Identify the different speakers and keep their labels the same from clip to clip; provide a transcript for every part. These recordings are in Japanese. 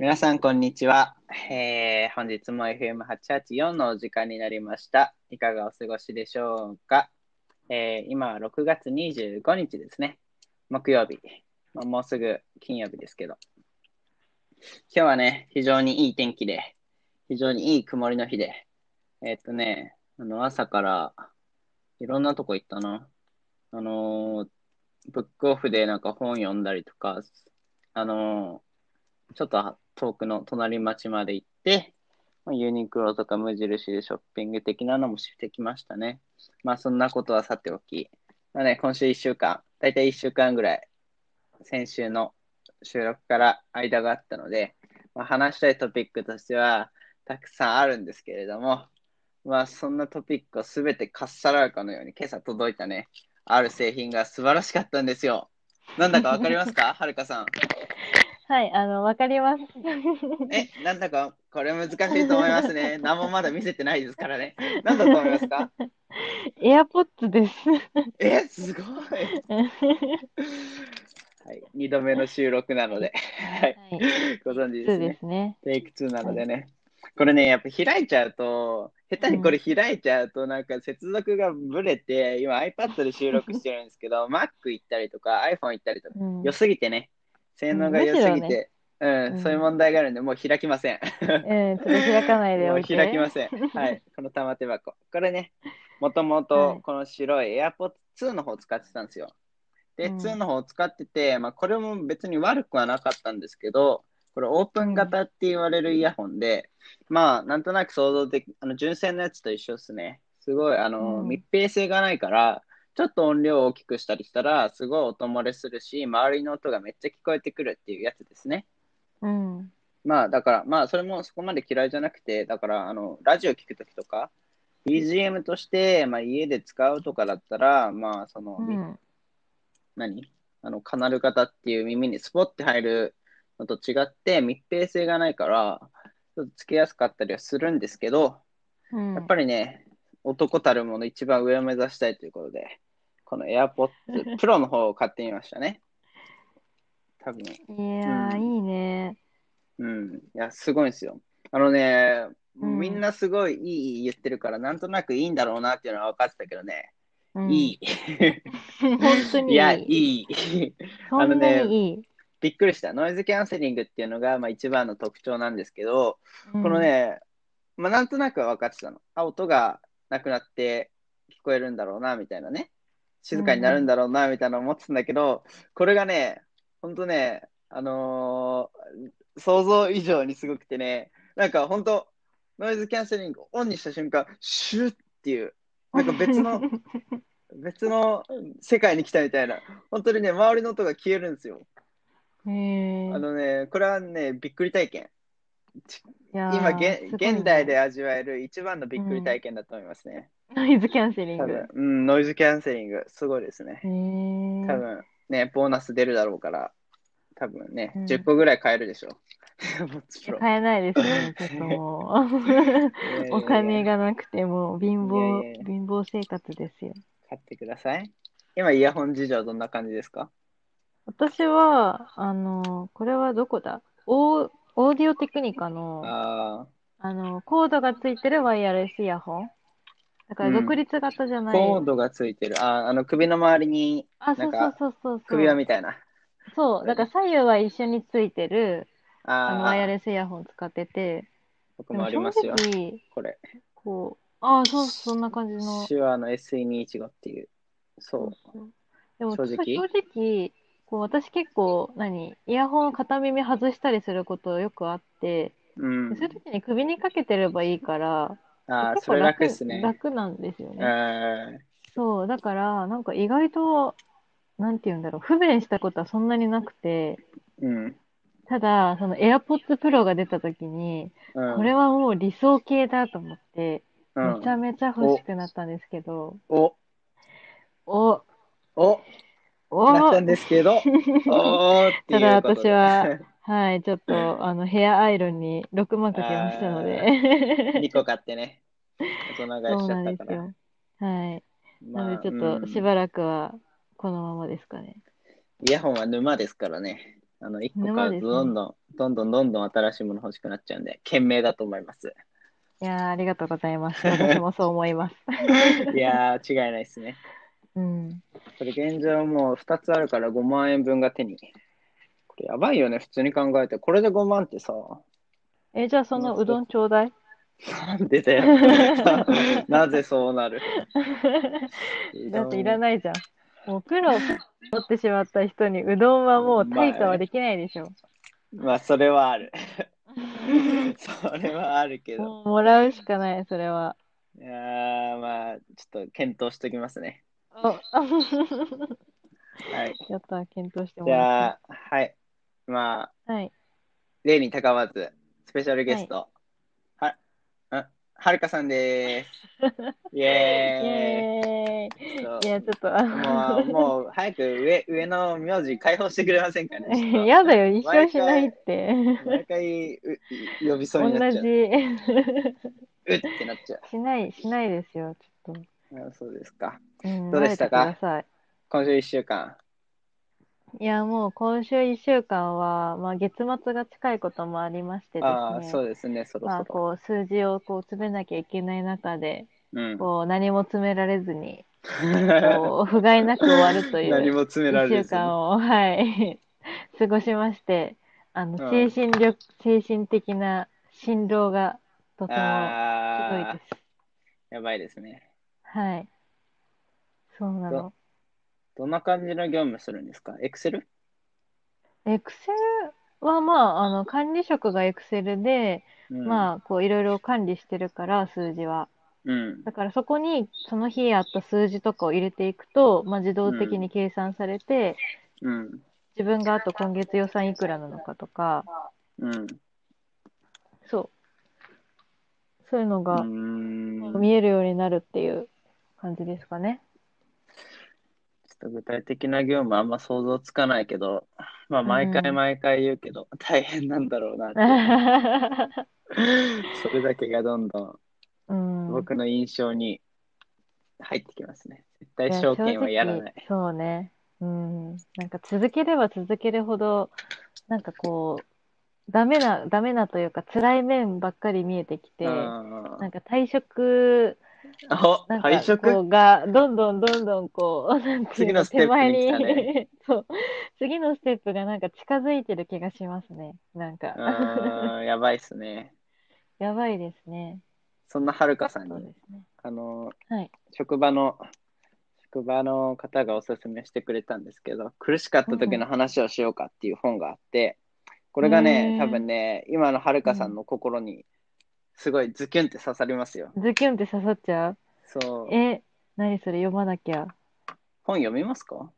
Speaker 1: 皆さん、こんにちは。えー本日も FM884 のお時間になりました。いかがお過ごしでしょうか、えー今は6月25日ですね。木曜日。まあもうすぐ金曜日ですけど。今日はね、非常にいい天気で、非常にいい曇りの日で、えーっとね、あの朝からいろんなとこ行ったな。あのーブックオフでなんか本読んだりとか、あのーちょっと遠くの隣町まで行って、まあユニクロとか無印でショッピング的なのもしてきましたね。まあそんなことはさておき、まあね、今週1週間、だいたい1週間ぐらい、先週の収録から間があったので、まあ、話したいトピックとしてはたくさんあるんですけれども、まあそんなトピックをすべてかっさらうかのように今朝届いたね、ある製品が素晴らしかったんですよ。なんだかわかりますか はるかさん。
Speaker 2: はい、あの、わかります。
Speaker 1: え、なんだかこれ難しいと思います ね。何もまだ見せてないですからね。なんだと思いますか
Speaker 2: エアポッツです。
Speaker 1: え、すごい。はい、2度目の収録なので、はい、
Speaker 2: はい、
Speaker 1: ご存知で
Speaker 2: そ
Speaker 1: す
Speaker 2: うで
Speaker 1: ね。
Speaker 2: すね。
Speaker 1: テイク2なのでね。これね、やっぱ開いちゃうと、下手にこれ開いちゃうと、なんか接続がぶれて、今 iPad で収録してるんですけ ど、Mac 行ったりとか iPhone 行ったりとか、
Speaker 2: うん
Speaker 1: 良すぎてね、性能が良す
Speaker 2: む
Speaker 1: ぎ
Speaker 2: しろね
Speaker 1: て、うん、
Speaker 2: うん
Speaker 1: そういう問題があるんで、もう開きません。
Speaker 2: うん、ちょっと開かないで
Speaker 1: も
Speaker 2: お
Speaker 1: う
Speaker 2: いて。
Speaker 1: 開きません。はい。この玉手箱。これね、もとも
Speaker 2: は
Speaker 1: と
Speaker 2: い
Speaker 1: この白い AirPods 2の方使ってたんですよ。で、
Speaker 2: うん
Speaker 1: 2の方を使ってて、まあ、これも別に悪くはなかったんですけど、これオープン型って言われるイヤホンで、まあ、なんとなく想像的、あの、純正のやつと一緒ですね。すごい、あの、
Speaker 2: うん
Speaker 1: 密閉性がないから、ちょっと音量を大きくしたりしたら、すごい音漏れするし、周りの音がめっちゃ聞こえてくるっていうやつですね。
Speaker 2: うん。
Speaker 1: まあだから、まあそれもそこまで嫌いじゃなくて、だからあのラジオ聞くときとか、BGM として、まあ、家で使うとかだったら、まあその、
Speaker 2: うん。
Speaker 1: 何あのカナル型っていう耳にスポッて入るのと違って密閉性がないから、ちょっとつけやすかったりはするんですけど、
Speaker 2: うん
Speaker 1: やっぱりね、男たるもの一番上を目指したいということで、この AirPods Pro の方を買ってみましたね。多分
Speaker 2: いやー、
Speaker 1: う
Speaker 2: い
Speaker 1: ん
Speaker 2: いね。
Speaker 1: うん、いや、すごいんですよ。あのね、
Speaker 2: うん
Speaker 1: みんなすごいいい言ってるから、なんとなくいいんだろうなっていうのは分かってたけどね、
Speaker 2: うん
Speaker 1: い。
Speaker 2: 本当
Speaker 1: い。
Speaker 2: に
Speaker 1: い
Speaker 2: い
Speaker 1: や、い
Speaker 2: い。
Speaker 1: い。
Speaker 2: そん
Speaker 1: あ
Speaker 2: な
Speaker 1: の
Speaker 2: にいい。
Speaker 1: びっくりした。ノイズキャンセリングっていうのが、まあ、一番の特徴なんですけど、
Speaker 2: こ
Speaker 1: この、ね、まあ、なんとなくは分かってたの。あ、音がなくなって聞こえるんだろうな、みたいなね。静かになるんだろうな、みたいな思ってたんだけど、これがね、ほんとね、あのー想像以上にすごくてね、なんかほんと、ノイズキャンセリングオンにした瞬間、シュッっていう、なんか別 の、別の世界に来たみたいな、本当にね、周りの音が消えるんですよ。
Speaker 2: へー
Speaker 1: あのね、これはね、びっくり体験。
Speaker 2: いやー
Speaker 1: 今
Speaker 2: す
Speaker 1: 現、
Speaker 2: ごいね
Speaker 1: 現代で味わえる一番のびっくり体験だと思いますね。
Speaker 2: ノイズキャンセリン
Speaker 1: 多
Speaker 2: グ。
Speaker 1: 分、うん、ノイズキャンセリング、すごいですね。
Speaker 2: へー
Speaker 1: 多分、ね、ボーナス出るだろうから、多分ね、
Speaker 2: うん
Speaker 1: 10個ぐらい買えるでしょ。 もちろん
Speaker 2: 買えないですね、ちょっとも う。お
Speaker 1: いや
Speaker 2: 金。
Speaker 1: いやいや
Speaker 2: がなくてもう貧乏
Speaker 1: いやいやいや
Speaker 2: 貧乏生活ですよ。
Speaker 1: 買ってください。今、イヤホン事情どんな感じですか
Speaker 2: 私は、あの、これはどこだオー、オーディオテクニカの、
Speaker 1: あ
Speaker 2: あの、コードがついてるワイヤレスイヤホン。だから
Speaker 1: うん
Speaker 2: 独立型じゃ
Speaker 1: あ、
Speaker 2: ない。
Speaker 1: コードがついてる。あー、あの、首の周りに
Speaker 2: あ、
Speaker 1: な
Speaker 2: そ
Speaker 1: ん
Speaker 2: う
Speaker 1: か
Speaker 2: そうそうそうそう。
Speaker 1: 首輪みたいな。
Speaker 2: そう、だから左右は一緒についてる、あの、
Speaker 1: あ
Speaker 2: ワイヤ
Speaker 1: あ、
Speaker 2: レスイヤホン使ってて、
Speaker 1: 僕もありますよ
Speaker 2: で。も正直、
Speaker 1: これ。
Speaker 2: こう、ああ、そう、そんな感じの。
Speaker 1: 手話の SE215 っていう。そう。
Speaker 2: でも
Speaker 1: 正直
Speaker 2: 正直こう私結構何イヤホンを片耳外したりすることよくあって、
Speaker 1: うん
Speaker 2: そういう時に首にかけてればいいから
Speaker 1: ああ、
Speaker 2: 結
Speaker 1: そ
Speaker 2: 構
Speaker 1: れ
Speaker 2: 楽
Speaker 1: 楽っすね。
Speaker 2: 楽なんですよ
Speaker 1: う
Speaker 2: ね。
Speaker 1: ん。
Speaker 2: そうだからなんか意外となんて言うんだろう不便したことはそんなになくて
Speaker 1: うん。
Speaker 2: ただその AirPods Pro が出た時に
Speaker 1: うん
Speaker 2: これはもう理想系だと思って
Speaker 1: う
Speaker 2: めちゃ
Speaker 1: ん。
Speaker 2: めちゃ欲しくなったんですけど、
Speaker 1: お、
Speaker 2: お
Speaker 1: お、
Speaker 2: お
Speaker 1: なったん ですけど、おーっていうことで。
Speaker 2: ただ私 ははい、ちょっと、あの、ヘアアイロンに6万かけましたの で。
Speaker 1: 2個買ってね、大人買い
Speaker 2: そ
Speaker 1: し
Speaker 2: う
Speaker 1: ちゃ
Speaker 2: な
Speaker 1: っ
Speaker 2: ん
Speaker 1: たか
Speaker 2: です
Speaker 1: ら。
Speaker 2: よ。はい。
Speaker 1: まあ
Speaker 2: なので、ちょっと、しばらくは、このままですかね。
Speaker 1: うんイヤホンは沼ですからね。あの、1個買
Speaker 2: 沼で
Speaker 1: う
Speaker 2: す
Speaker 1: と
Speaker 2: ね
Speaker 1: どんどんどんどんどんどん新しいもの欲しくなっちゃうんで、賢明だと思い ます。
Speaker 2: いやー、ありがとうござ います。私もそう思います。
Speaker 1: いやー、違いないですね。
Speaker 2: うん。
Speaker 1: これ現状もう2つあるから5万円分が手に。これやばいよね、普通に考えて。これで5万ってさ、
Speaker 2: え、じゃあそのうどんちょうだい。
Speaker 1: なんでだ よ。なぜそうなる
Speaker 2: だっていら
Speaker 1: ない。
Speaker 2: ないじゃん。もう苦労を持ってしまった人にうどんはもう対価はできないでしょ。
Speaker 1: まあ、それはあ る。それはあるけど。
Speaker 2: もうもらうしかない、それは。
Speaker 1: いやーまあ、ちょっと検討しときますね。
Speaker 2: お
Speaker 1: はい。
Speaker 2: やった、検討しても
Speaker 1: じ
Speaker 2: ら
Speaker 1: ゃ
Speaker 2: っ
Speaker 1: あ、はい。まあ、
Speaker 2: た。はい。
Speaker 1: 例に高まず、スペシャルゲスト、は、あはるかさん です。イ
Speaker 2: イ
Speaker 1: エ
Speaker 2: エー
Speaker 1: ー
Speaker 2: イ。
Speaker 1: イ。そう
Speaker 2: いや、ちょっと、あ
Speaker 1: もう、もう早く上上の名字解放してくれませんかね。ちょっ
Speaker 2: の、
Speaker 1: と
Speaker 2: やだよ、一生しないって。
Speaker 1: 毎回う呼びそう
Speaker 2: 同
Speaker 1: になっちゃう。
Speaker 2: じ。
Speaker 1: うってなっちゃ
Speaker 2: しない、しないですよ、ちょっと。
Speaker 1: う。あそうですか。
Speaker 2: うん
Speaker 1: どうでしたか
Speaker 2: 慣れてください
Speaker 1: 今週一週間。
Speaker 2: いや、もう今週1週間は、まあ、月末が近いこともありましてです
Speaker 1: ああ、
Speaker 2: ね、
Speaker 1: そうですね、そろ
Speaker 2: まあ、
Speaker 1: そろ。
Speaker 2: こう数字をこう詰めなきゃいけない中で、
Speaker 1: うん。
Speaker 2: こう何も詰められず に、こう不甲斐なく終わるとい
Speaker 1: 何
Speaker 2: う
Speaker 1: も詰められず
Speaker 2: 1
Speaker 1: に
Speaker 2: 週間を、はい、 過ごしまして、あの
Speaker 1: う
Speaker 2: 精
Speaker 1: ん
Speaker 2: 神力、精神的な振動がとてもすごい
Speaker 1: ああ
Speaker 2: で、す。
Speaker 1: やばいですね。
Speaker 2: はい。そうなの。
Speaker 1: どんな感じの業務するんですかエクセル
Speaker 2: エクセルは、まあ、あの管理職がエクセルで、ま
Speaker 1: あ。
Speaker 2: あ、こう、いろいろ管理してるから、数字は。
Speaker 1: うん。
Speaker 2: だから、そこに、その日あった数字とかを入れていくと、まあ、自動的に計算されて、
Speaker 1: うん。
Speaker 2: 自分があと今月予算いくらなのかとか、
Speaker 1: うん。
Speaker 2: そう。そういうの
Speaker 1: う
Speaker 2: が
Speaker 1: ーん
Speaker 2: 見えるようになるっていう感じです かね。
Speaker 1: ちょっと具体的な業務あんま想像つかないけど、まあ毎回
Speaker 2: うん
Speaker 1: 毎回言うけど、 大変なんだろうなって いう
Speaker 2: う
Speaker 1: それだけがどんどん
Speaker 2: ん。
Speaker 1: 僕の印象に入ってきますね。絶対
Speaker 2: いや
Speaker 1: 証券はやらな
Speaker 2: 正
Speaker 1: い。
Speaker 2: 直そうね。うん。なんか続ければ続けるほど、なんかこう、ダメな、ダメなというか、辛い面ばっかり見えてきて、
Speaker 1: うん
Speaker 2: なんか退職、
Speaker 1: お
Speaker 2: なん
Speaker 1: 退
Speaker 2: かこ
Speaker 1: 職
Speaker 2: うが、どんどんどんどんこう、 なんてい
Speaker 1: 次
Speaker 2: う
Speaker 1: の
Speaker 2: の、
Speaker 1: ステップ
Speaker 2: 手前に
Speaker 1: に来たね
Speaker 2: そう、次のステップがなんか近づいてる気がしますね。なんか、
Speaker 1: うんやばいっすね。
Speaker 2: やばいですね。
Speaker 1: そんなはるかさん
Speaker 2: そう
Speaker 1: に、
Speaker 2: ですね。
Speaker 1: あの、
Speaker 2: はい。
Speaker 1: 職場の、職場の方がおすすめしてくれたんですけど、苦しかった時の話をしようかっていう本があって、これがね
Speaker 2: う、ん
Speaker 1: 多分ね、今のはるかさんの心に、すごいズキュンって刺さりますよ。
Speaker 2: ズキュンって刺さっちゃう
Speaker 1: そう。
Speaker 2: え、何それ読まなきゃ。
Speaker 1: 本読みますか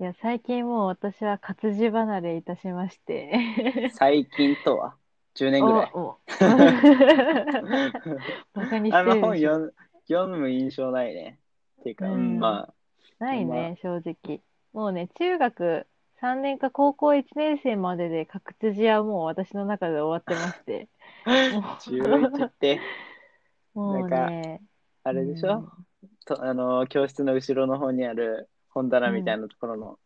Speaker 2: いや、最近もう私は活字離れいたしまして。
Speaker 1: 最近とは ?10 年ぐらい。
Speaker 2: お おバカに して
Speaker 1: あ
Speaker 2: るで
Speaker 1: の
Speaker 2: しょ
Speaker 1: 本読読む印象ないね。っていうか、
Speaker 2: うん
Speaker 1: まあ、
Speaker 2: ない
Speaker 1: ま
Speaker 2: ね、正直。もうね、中学3年か高校1年生までで活字はもう私の中で終わってまして。
Speaker 1: 11って、
Speaker 2: もうもうね、
Speaker 1: あれでしょ、とあの教室の後ろの方にある本棚みたいなところの、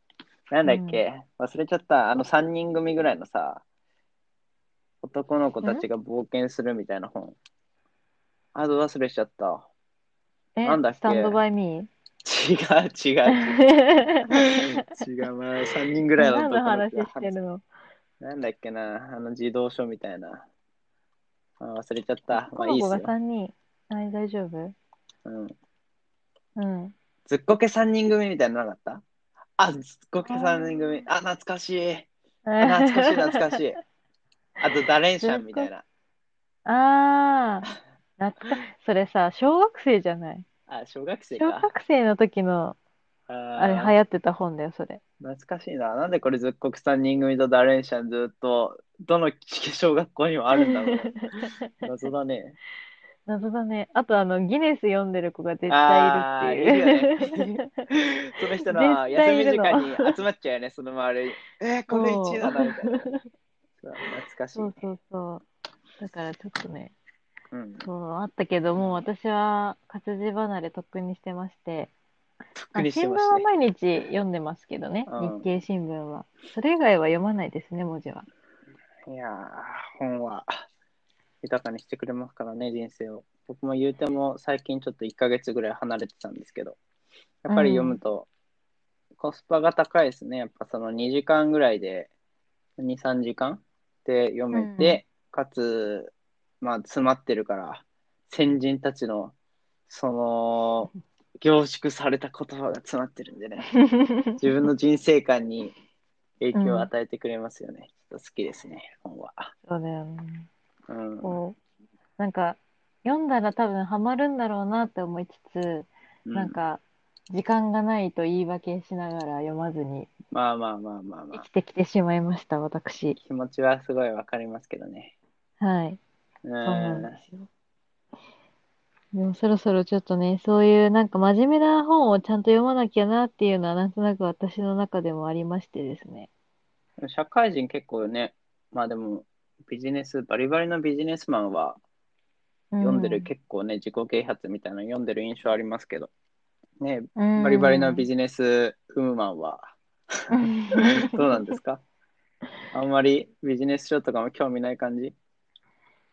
Speaker 1: なんだっけ、忘れちゃったあの3人組ぐらいのさ男の子たちが冒険するみたいな本あと忘れしちゃった
Speaker 2: うん、え、
Speaker 1: なんだっけ
Speaker 2: スタンドバイミ
Speaker 1: 違う違
Speaker 2: ー
Speaker 1: う違う、まあ、3人ぐらいの
Speaker 2: 何の話
Speaker 1: 子
Speaker 2: してるの
Speaker 1: なんだっけなあの児童書みたいなあ忘れちゃったま
Speaker 2: こ
Speaker 1: あい
Speaker 2: の
Speaker 1: いっ
Speaker 2: 子
Speaker 1: す
Speaker 2: が
Speaker 1: よ、
Speaker 2: 3人。はい、大丈夫
Speaker 1: うん、
Speaker 2: うん。
Speaker 1: ずっこけ3人組みたいなのなかったあずっこけ3人組あ懐かしい あ懐かしい懐かしい。あと、ダレンシャンみたいな。
Speaker 2: ああ、懐か、それさ、小学生じゃない
Speaker 1: あ、小学生
Speaker 2: 小
Speaker 1: か。
Speaker 2: 学生の時の、
Speaker 1: あ
Speaker 2: あれ、
Speaker 1: ー
Speaker 2: 流行ってた本だよ、それ。
Speaker 1: 懐かしいな。なんでこれずっこく3人組とダレンシャンずっと、どの小学校にもあるんだろ う。謎だね。
Speaker 2: 謎だね。あと、あの、ギネス読んでる子が絶
Speaker 1: あ
Speaker 2: 対いるって
Speaker 1: ーいる
Speaker 2: いう。
Speaker 1: よねその人
Speaker 2: 絶
Speaker 1: の休
Speaker 2: 対
Speaker 1: み
Speaker 2: い
Speaker 1: 時
Speaker 2: るの
Speaker 1: 間に集まっちゃうよね、その周り。えー、これ1位だな、みたいな。そう懐かしい
Speaker 2: そ
Speaker 1: ね
Speaker 2: う。そうそう。だから、ちょっとね、
Speaker 1: うん
Speaker 2: そう、あったけど、もう私は活字離れとっくにしてまして、
Speaker 1: とっくにしてま
Speaker 2: あ
Speaker 1: し
Speaker 2: 新
Speaker 1: た
Speaker 2: 聞は
Speaker 1: ね。
Speaker 2: 毎日読んでますけどね、
Speaker 1: うん
Speaker 2: 日経新聞は。それ以外は読まないですね、文字は。
Speaker 1: いやー、本は豊かにしてくれますからね、人生を。僕も言うても最近ちょっと1ヶ月ぐらい離れてたんですけど、やっぱり読むとコスパが高いですね。やっぱその2時間ぐらいで、2、3時間で読めて、かつ、まあ詰まってるから、先人たちのその凝縮された言葉が詰まってるん でね。自分の人生観に影響を与えてくれますよね。ちょっと好きですね、本は。
Speaker 2: そうだよね。
Speaker 1: うん。
Speaker 2: こう、なんか、読んだら多分ハマるんだろうなって思いつつ、
Speaker 1: う
Speaker 2: なん、か、時間がないと言い訳しながら読まずに
Speaker 1: まあまあまあまあま
Speaker 2: 生
Speaker 1: あ
Speaker 2: き。てきてしまいました、私。
Speaker 1: 気持ちはすごいわかりますけどね。
Speaker 2: はい。
Speaker 1: う
Speaker 2: そうなん
Speaker 1: ん
Speaker 2: で。すよ。でもそろそろちょっとね、そういうなんか真面目な本をちゃんと読まなきゃなっていうのはなんとなく私の中でもありましてですね。
Speaker 1: 社会人結構ね、まあでも、ビジネス、バリバリのビジネスマンは読んでる、結構ね、自己啓発みたいなの読んでる印象ありますけど、ね、
Speaker 2: うん、
Speaker 1: バリバリのビ
Speaker 2: ジ
Speaker 1: ジネスウーマンは、 どうなんですかあんまりビジネス書とかも興味ない感じ
Speaker 2: い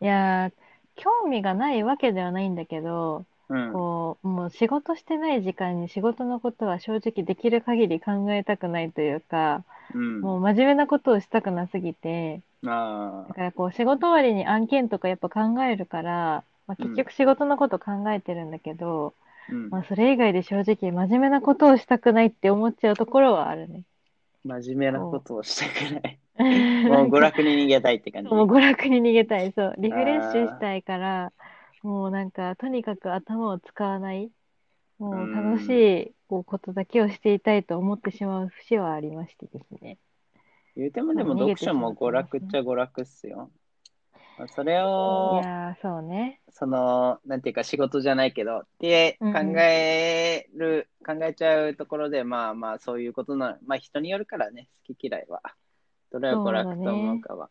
Speaker 2: やー、興味がないわけではないんだけど、
Speaker 1: うん。
Speaker 2: こう、もう仕事してない時間に仕事のことは正直できる限り考えたくないというか、
Speaker 1: うん。
Speaker 2: もう真面目なことをしたくなすぎて、
Speaker 1: あ
Speaker 2: だ
Speaker 1: あ、
Speaker 2: からこう仕事終わりに案件とかやっぱ考えるから、ま
Speaker 1: う
Speaker 2: あ、
Speaker 1: ん
Speaker 2: 結局仕事のこと考えてるんだけど、
Speaker 1: うん
Speaker 2: まあ、それ以外で正直真面目なことをしたくないって思っちゃうところはあるね。
Speaker 1: 真面目なことをしてくれない。も
Speaker 2: も
Speaker 1: う娯楽に逃げたいって感じ。
Speaker 2: もう娯楽に逃げたい。そう。リフレッシュしたいから、もうなんか、とにかく頭を使わない、もう楽しいこうことだけをしていたいと思ってしまう節はありましてですね。
Speaker 1: 言うてもでも
Speaker 2: そう逃げ
Speaker 1: 読
Speaker 2: て
Speaker 1: 書
Speaker 2: しまってます
Speaker 1: も
Speaker 2: ね
Speaker 1: 娯楽っちゃ娯楽っすよ。まあそれ
Speaker 2: い
Speaker 1: を、
Speaker 2: やー、そうね。
Speaker 1: その、なんていうか仕事じゃないけど、って
Speaker 2: うん
Speaker 1: 考
Speaker 2: うん
Speaker 1: える、考えちゃうところで、まあまあそういうことな、まあ人によるからね、好き嫌いは。どれを娯楽と思うかは。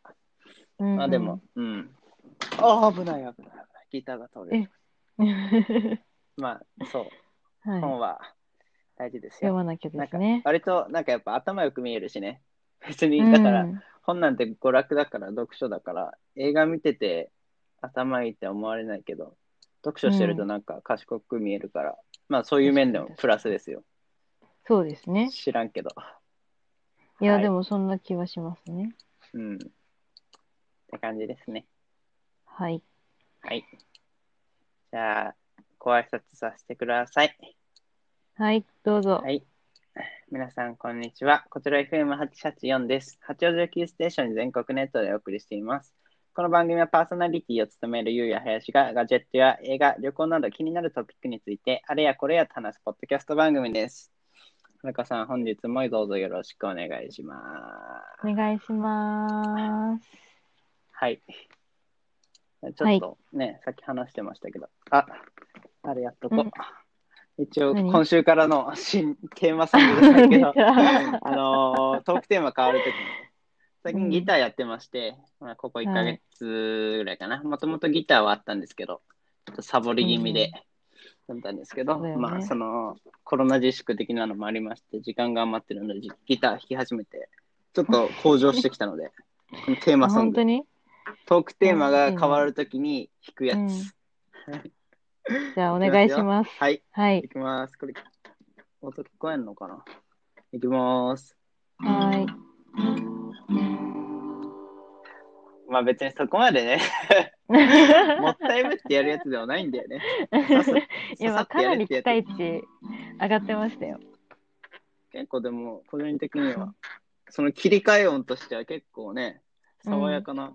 Speaker 2: うん
Speaker 1: まあでも、うん。ああ、危ない危ない危ない。ギターが倒れる。
Speaker 2: うん。 はい。
Speaker 1: まあ、そう。本
Speaker 2: 読
Speaker 1: は大事ですよ。
Speaker 2: まなきゃで
Speaker 1: なん
Speaker 2: す
Speaker 1: か
Speaker 2: ね。
Speaker 1: 割となんかやっぱ頭よく見えるしね。別にだから、
Speaker 2: うん
Speaker 1: 本なんて娯楽だから読書だから映画見てて頭いいって思われないけど読書してるとなんか賢く見えるから、まあそういう面でもプラスですよ。
Speaker 2: そうですね。
Speaker 1: 知らんけど。
Speaker 2: いや、
Speaker 1: はい
Speaker 2: でもそんな気はしますね。
Speaker 1: うん。って感じですね。
Speaker 2: はい。
Speaker 1: はい。じゃあ、ご挨拶させてください。
Speaker 2: はい、どうぞ。
Speaker 1: はい。皆さん、こんにちは。こちら FM884 です。八王子をキーステーションに全国ネットでお送りしています。この番組はパーソナリティを務めるゆうや林がガジェットや映画、旅行など気になるトピックについて、あれやこれやと話すポッドキャスト番組です。はるかさん、本日もどうぞよろしくお願いします。
Speaker 2: お願いします。
Speaker 1: はい。ちょっとね、さっき話してましたけど、あ、あれやっとこう。一応、
Speaker 2: 何
Speaker 1: 今週からの新テーマソングじゃない けど、
Speaker 2: 出た
Speaker 1: あのートークテーマ変わるときに、最
Speaker 2: う
Speaker 1: 近
Speaker 2: ん
Speaker 1: ギターやってまして、まあ、ここ1ヶ月ぐらいかな。もともとギターはあったんですけど、ちょっとサボり気味でだったんですけど、
Speaker 2: そうだよね
Speaker 1: まあ、その、コロナ自粛的なのもありまして、時間が余ってるので、ギギター弾き始めて、ちょっと向上してきたの で、このテーマ
Speaker 2: あ
Speaker 1: ソン
Speaker 2: 本
Speaker 1: グ
Speaker 2: 当。に
Speaker 1: トークテーマが変わるときに弾くやつ。
Speaker 2: じゃあお願いします。
Speaker 1: はい、
Speaker 2: はい
Speaker 1: い。きます。これ、音聞こえんのかないきます。
Speaker 2: はい。
Speaker 1: まあ別にそこま でね、もったいぶってやるやつではないんだよね。さっさ
Speaker 2: いや、まあ
Speaker 1: さっと
Speaker 2: か
Speaker 1: や
Speaker 2: な
Speaker 1: れっ
Speaker 2: り
Speaker 1: て
Speaker 2: 期
Speaker 1: やつ
Speaker 2: 待値上がってましたよ。
Speaker 1: 結構でも、個人的には、その切り替え音としては結構ね、爽やかな。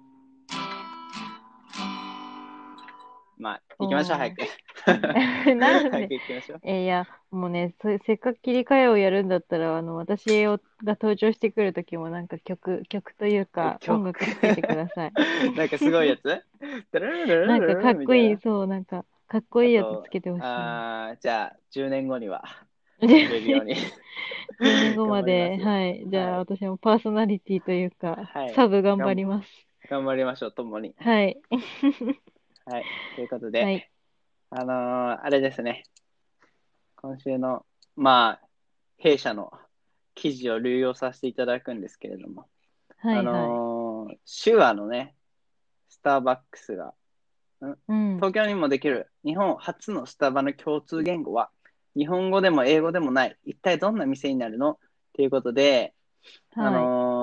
Speaker 1: まあ、行きましょう、
Speaker 2: おー
Speaker 1: 早く。
Speaker 2: なん
Speaker 1: 早く
Speaker 2: で
Speaker 1: 行きましょう。
Speaker 2: えいや、もうね、そせっかく切り替えをやるんだったら、あの、私をが登場してくる時も、なんか曲、曲というか、
Speaker 1: 曲
Speaker 2: 音楽つけてくだ さい。
Speaker 1: なんかすごいやつな
Speaker 2: なんかかっこいい、そう、なんか、かっこいいや
Speaker 1: あと
Speaker 2: つつけてほしい。
Speaker 1: ああ、じゃあ、10年後に は、見
Speaker 2: 10
Speaker 1: れるように。
Speaker 2: 年後まで、
Speaker 1: 頑張りますよ
Speaker 2: はい。じゃあ、
Speaker 1: はい
Speaker 2: 私もパーソナリティというか、
Speaker 1: はい
Speaker 2: サブ頑張ります。
Speaker 1: 頑張りましょう、共に。
Speaker 2: はい。
Speaker 1: はい。ということで、
Speaker 2: はい。
Speaker 1: あのーあれですね。今週の、まあ、弊社の記事を流用させていただくんですけれども、
Speaker 2: はい、
Speaker 1: あ
Speaker 2: はい。
Speaker 1: のの、手話のね、スターバックスが、
Speaker 2: うん。
Speaker 1: 東京にもできる日本初のスタバの共通言語は、日本語でも英語でもない、一体どんな店になるのということで、あ
Speaker 2: はい。
Speaker 1: の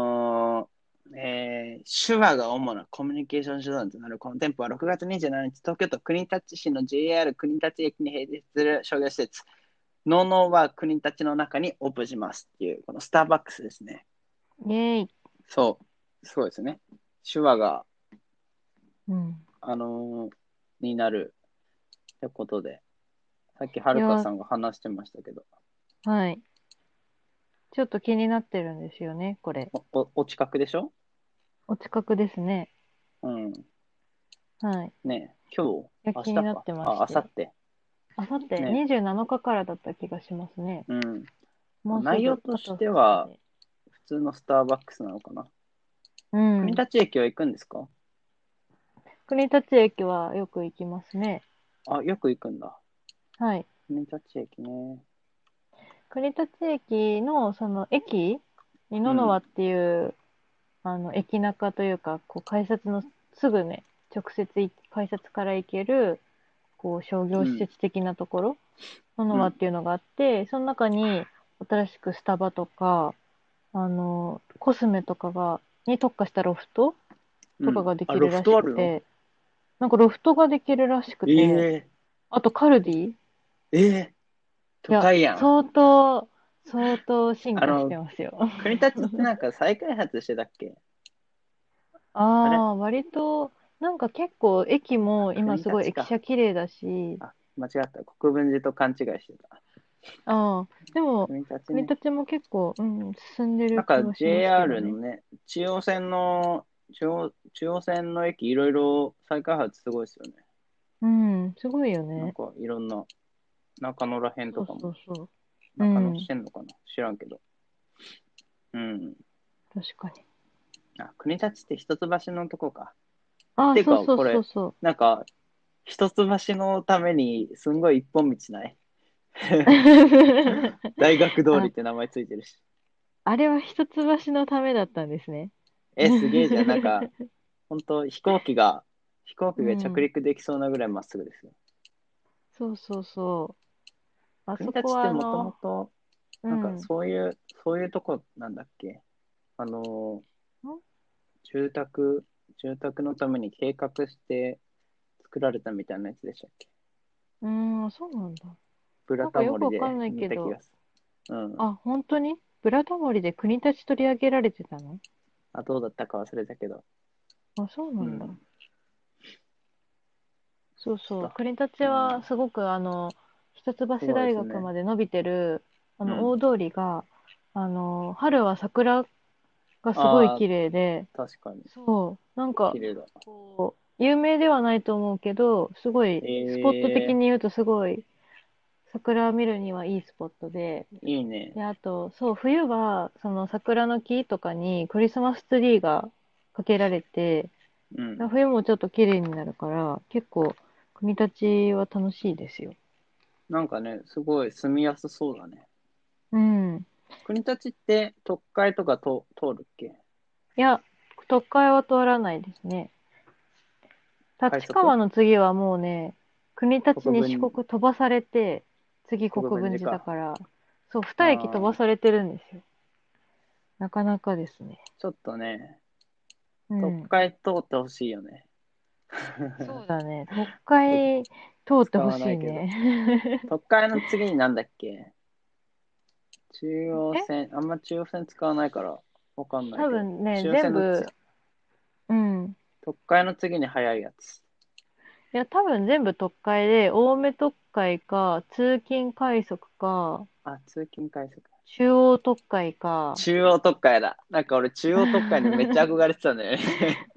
Speaker 1: ーえー手話が主なコミュニケーション手段となるこの店舗は6月27日、東京都国立市の JR 国立駅に併設する商業施設、ノーノーは国立の中にオープンしますっていう、このスターバックスですね。
Speaker 2: イェーイ。
Speaker 1: そう、すごいですね。手話が、
Speaker 2: うん。
Speaker 1: あのーになるってことで、さっきはるかさんが話してましたけど、
Speaker 2: はい。ちょっと気になってるんですよね、これ。
Speaker 1: おおお近くでしょ
Speaker 2: お近くですね。
Speaker 1: うん。
Speaker 2: はい。
Speaker 1: ね今
Speaker 2: いや
Speaker 1: 日、
Speaker 2: 気になってま
Speaker 1: あ、あ
Speaker 2: し
Speaker 1: さ
Speaker 2: て
Speaker 1: っ。て。
Speaker 2: あさって
Speaker 1: ね
Speaker 2: 27日からだった気がしますね。
Speaker 1: うん。
Speaker 2: もうすぐ
Speaker 1: 内容としては普通のスターバックスなのかな。
Speaker 2: うん、
Speaker 1: 国立駅は行くんですか
Speaker 2: 国立駅はよく行きますね。
Speaker 1: あ、よく行くんだ。
Speaker 2: はい。
Speaker 1: 国立駅ね。
Speaker 2: 国立駅のその駅に野々和っていう、あの駅中というかこう改札のすぐね直接い改札から行けるこう商業施設的なところ、野々和っていうのがあって、その中に新しくスタバとかあのコスメとかがに特化したロフトとかができるらしくて、なんかロフトができるらしくて、
Speaker 1: ええ
Speaker 2: あとカルディ
Speaker 1: ええ都会やん。
Speaker 2: 相当相当進化してますよ。
Speaker 1: 国立ってなんか再開発してたっけ
Speaker 2: あ
Speaker 1: あれ
Speaker 2: あ、割と、なんか結構駅も今すご
Speaker 1: 国
Speaker 2: い
Speaker 1: 立か
Speaker 2: 駅舎綺麗だし、
Speaker 1: あ、間違った。国分寺と勘違いしてた。
Speaker 2: ああ、でも、
Speaker 1: 国立
Speaker 2: 国
Speaker 1: ね。
Speaker 2: 立も結構、うん、進んでる
Speaker 1: なん
Speaker 2: 気は
Speaker 1: か
Speaker 2: しますけどね
Speaker 1: JR のね、中央線の、中央中央線の駅いろいろ再開発すごいですよね。
Speaker 2: うん、すごいよ
Speaker 1: なん
Speaker 2: ね。
Speaker 1: かいろんな中野らへん
Speaker 2: そ
Speaker 1: と
Speaker 2: う
Speaker 1: かも
Speaker 2: そうそう、うん
Speaker 1: 中野してんのかな、知らんけど。うん。
Speaker 2: 確かに。
Speaker 1: あ、国立って一橋のとこか。
Speaker 2: ああ、
Speaker 1: てか
Speaker 2: そうそう
Speaker 1: これ
Speaker 2: そうそう。
Speaker 1: なんか、一橋のためにすんごい一本道ない 大学通りって名前ついてる し。
Speaker 2: あれは一橋のためだったんですね。
Speaker 1: え、すげえじゃん。なんか、ほんと飛行機が、飛行機が着陸できそうなぐらいまっすぐですよ。
Speaker 2: そうそうそう。あそ
Speaker 1: 国立って
Speaker 2: こは、あ
Speaker 1: もと
Speaker 2: の
Speaker 1: も、と、なんかそういう、そういうとこなんだっけあのー
Speaker 2: ん、
Speaker 1: 住宅、住宅のために計画して作られたみたいなやつでしたっけ
Speaker 2: うん、うん、そうなんだ。
Speaker 1: ブラタモリで
Speaker 2: なんかよくわかんないけど
Speaker 1: 見た気がする。うん。あ
Speaker 2: あ、本当にブラタモリで国立取り上げられてたの
Speaker 1: どうだったか忘れたけど。
Speaker 2: あ、そうなんだ。
Speaker 1: うん
Speaker 2: そうそ
Speaker 1: そうっ。か
Speaker 2: 国立はすごくあの、一橋
Speaker 1: すごい
Speaker 2: 大
Speaker 1: ですね
Speaker 2: 学まで伸びてる、あ
Speaker 1: うん
Speaker 2: の、大通りが、あの、春は桜がすごい綺麗で、
Speaker 1: 確かに。
Speaker 2: そう、なんか
Speaker 1: 綺、麗だ。
Speaker 2: こう、有名ではないと思うけど、すごい、
Speaker 1: えー
Speaker 2: スポット的に言うとすごい、桜を見るにはいいスポットで、
Speaker 1: いいね。
Speaker 2: で、あと、そう、冬は、その桜の木とかにクリスマスツリーがかけられて、
Speaker 1: うん。
Speaker 2: 冬もちょっと綺麗になるから、結構、国立は楽しいですよ。
Speaker 1: なんかね、すごい住みやすそうだね。
Speaker 2: うん。
Speaker 1: 国立って特会とかと通るっけ
Speaker 2: いや、都会は通らないですね。
Speaker 1: 速
Speaker 2: 立川の次はもうね、国立に四
Speaker 1: 国
Speaker 2: 国飛ばされて、次国分寺だから、そう、二駅飛ばされてるんですよ。なかなかですね。
Speaker 1: ちょっとね、
Speaker 2: うん。
Speaker 1: 特会通ってほしいよね。
Speaker 2: そう だね。都会通ってほしいね。
Speaker 1: 特会の次になんだっけ中央線、あんま中央線使わないからわかんないけど。
Speaker 2: 多分ね、
Speaker 1: 中央
Speaker 2: 全
Speaker 1: 線の
Speaker 2: 部、うん。
Speaker 1: 特会の次に早いやつ。
Speaker 2: いや、多分全部特会で、青梅特会か、通勤快速か、
Speaker 1: あ、通勤快速。
Speaker 2: 中央特会か、
Speaker 1: 中央特会だ。なんか俺中央特会にめっちゃ憧れてたんだよね。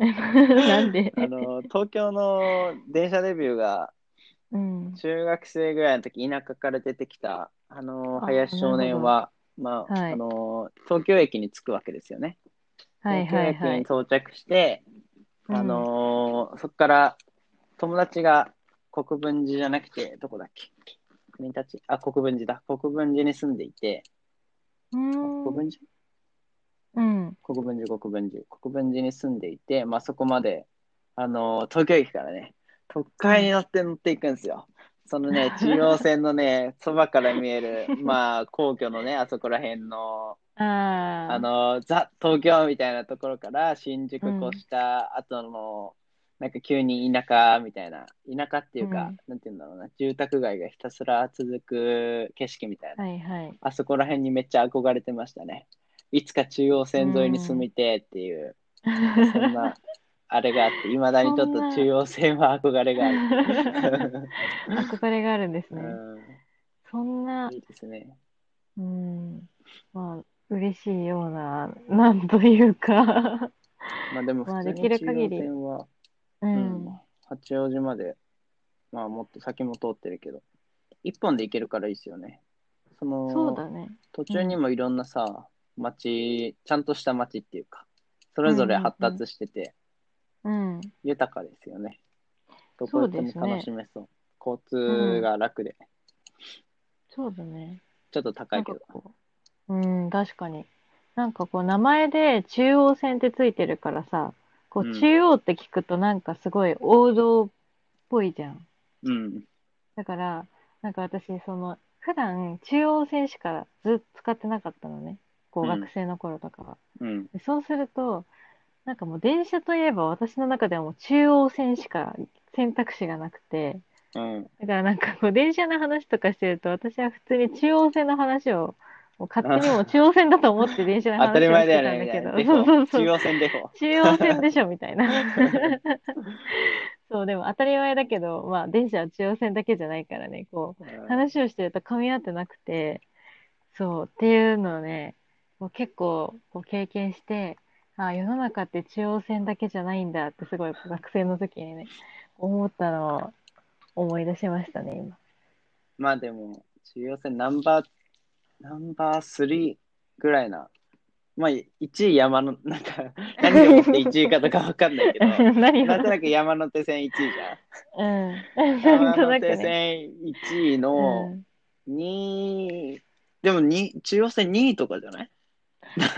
Speaker 2: なん で
Speaker 1: あの、東京の電車デビューが
Speaker 2: うん。
Speaker 1: 中学生ぐらいの時田舎から出てきた、あの、
Speaker 2: あ
Speaker 1: 林少年は、まあ、
Speaker 2: はい
Speaker 1: あの、東京駅に着くわけですよね。
Speaker 2: はいはい
Speaker 1: 東京
Speaker 2: は
Speaker 1: 駅に
Speaker 2: い。
Speaker 1: 到着して、
Speaker 2: うん
Speaker 1: あのーそこから友達が国分寺じゃなくて、どこだっけ国立あ、国分寺だ。国分寺に住んでいて、
Speaker 2: うーん。
Speaker 1: 国分寺
Speaker 2: うん。
Speaker 1: 国分寺、国分寺。国分寺に住んでいて、まあ、そこまで、あの、東京駅からね、特快に乗って乗っていくんですよ。そのね、中央線のね、そばから見える、まあ、皇居のね、あそこら辺の、
Speaker 2: ああ。
Speaker 1: あ、の、ザ・東京みたいなところから、新宿越した後の、なんか急に田舎みたいな、田舎っていうか、
Speaker 2: うん
Speaker 1: なんて言うんだろうな、住宅街がひたすら続く景色みたいな。
Speaker 2: はいはい。
Speaker 1: あそこら辺にめっちゃ憧れてましたね。いつか中央線沿いに住みてえっていう、そんなあれがあって、いまだにちょっと中央線は憧れがあ る。
Speaker 2: 憧れがあるんですね。
Speaker 1: う
Speaker 2: そんな
Speaker 1: ん、い、いですね。
Speaker 2: うん、まあ、嬉しいような、なんというか、
Speaker 1: まあでも
Speaker 2: まあ
Speaker 1: 普通
Speaker 2: でき
Speaker 1: に
Speaker 2: る
Speaker 1: 中
Speaker 2: 限
Speaker 1: 央
Speaker 2: り
Speaker 1: 線は、
Speaker 2: う、
Speaker 1: うん八王子まで、まあもっと先も通ってるけど、一本で行けるからいいですよね。その
Speaker 2: そうだね。
Speaker 1: 途中にもいろんなさ、町、ちゃんとした町っていうか、それぞれ発達してて、
Speaker 2: うん、
Speaker 1: 豊かですよね。どこ行っても楽しめそう。交通が楽で、
Speaker 2: そうだね。
Speaker 1: ちょっと高
Speaker 2: なん
Speaker 1: いけ
Speaker 2: か
Speaker 1: ど。
Speaker 2: こう、うん、確かに。なんかこう、名前で中央線ってついてるからさ、こ
Speaker 1: うん
Speaker 2: う、中央って聞くとなんかすごい王道っぽいじゃん。
Speaker 1: うん。
Speaker 2: だから、なんか私、その、普段中央線しかずっと使ってなかったのね。こ
Speaker 1: う
Speaker 2: う、
Speaker 1: ん
Speaker 2: 学生の頃とかは。
Speaker 1: うん。
Speaker 2: でそうすると、なんかもう電車といえば私の中ではもう中央線しか選択肢がなくて、
Speaker 1: うん。
Speaker 2: だからなんかこう電車の話とかしてると私は普通に中央線の話を、もう勝手にもう中央線だと思って電車の
Speaker 1: 当
Speaker 2: 話を
Speaker 1: たり前
Speaker 2: して
Speaker 1: だよ
Speaker 2: たん
Speaker 1: ね、みたいな。
Speaker 2: だ
Speaker 1: デ
Speaker 2: け
Speaker 1: フ
Speaker 2: ど、そう
Speaker 1: ォ。中
Speaker 2: そうそう。
Speaker 1: 央線デフォ。
Speaker 2: 中央線でしょみた いな。そう、でも当たり前だけど、まあ電車は中央線だけじゃないからね、こう、話をしてると噛み合ってなくて、そう、っていうのをね、もう結構こう経験して、ああ、世の中って中央線だけじゃないんだってすごい学生の時にね、思ったのを思い出しましたね、今。
Speaker 1: まあでも、中央線ナンバー、ナンバー3ぐらいな。まあ、1位山の、なん か、何がもって1位かとかわかんないけど、
Speaker 2: 何
Speaker 1: なん
Speaker 2: を
Speaker 1: となく山手線1位じ
Speaker 2: うん。
Speaker 1: ゃん。
Speaker 2: なんと
Speaker 1: 山
Speaker 2: なく
Speaker 1: 手
Speaker 2: ね。
Speaker 1: 線1位
Speaker 2: う
Speaker 1: の
Speaker 2: ん、
Speaker 1: 2位、でも2、中央線2位とかじゃない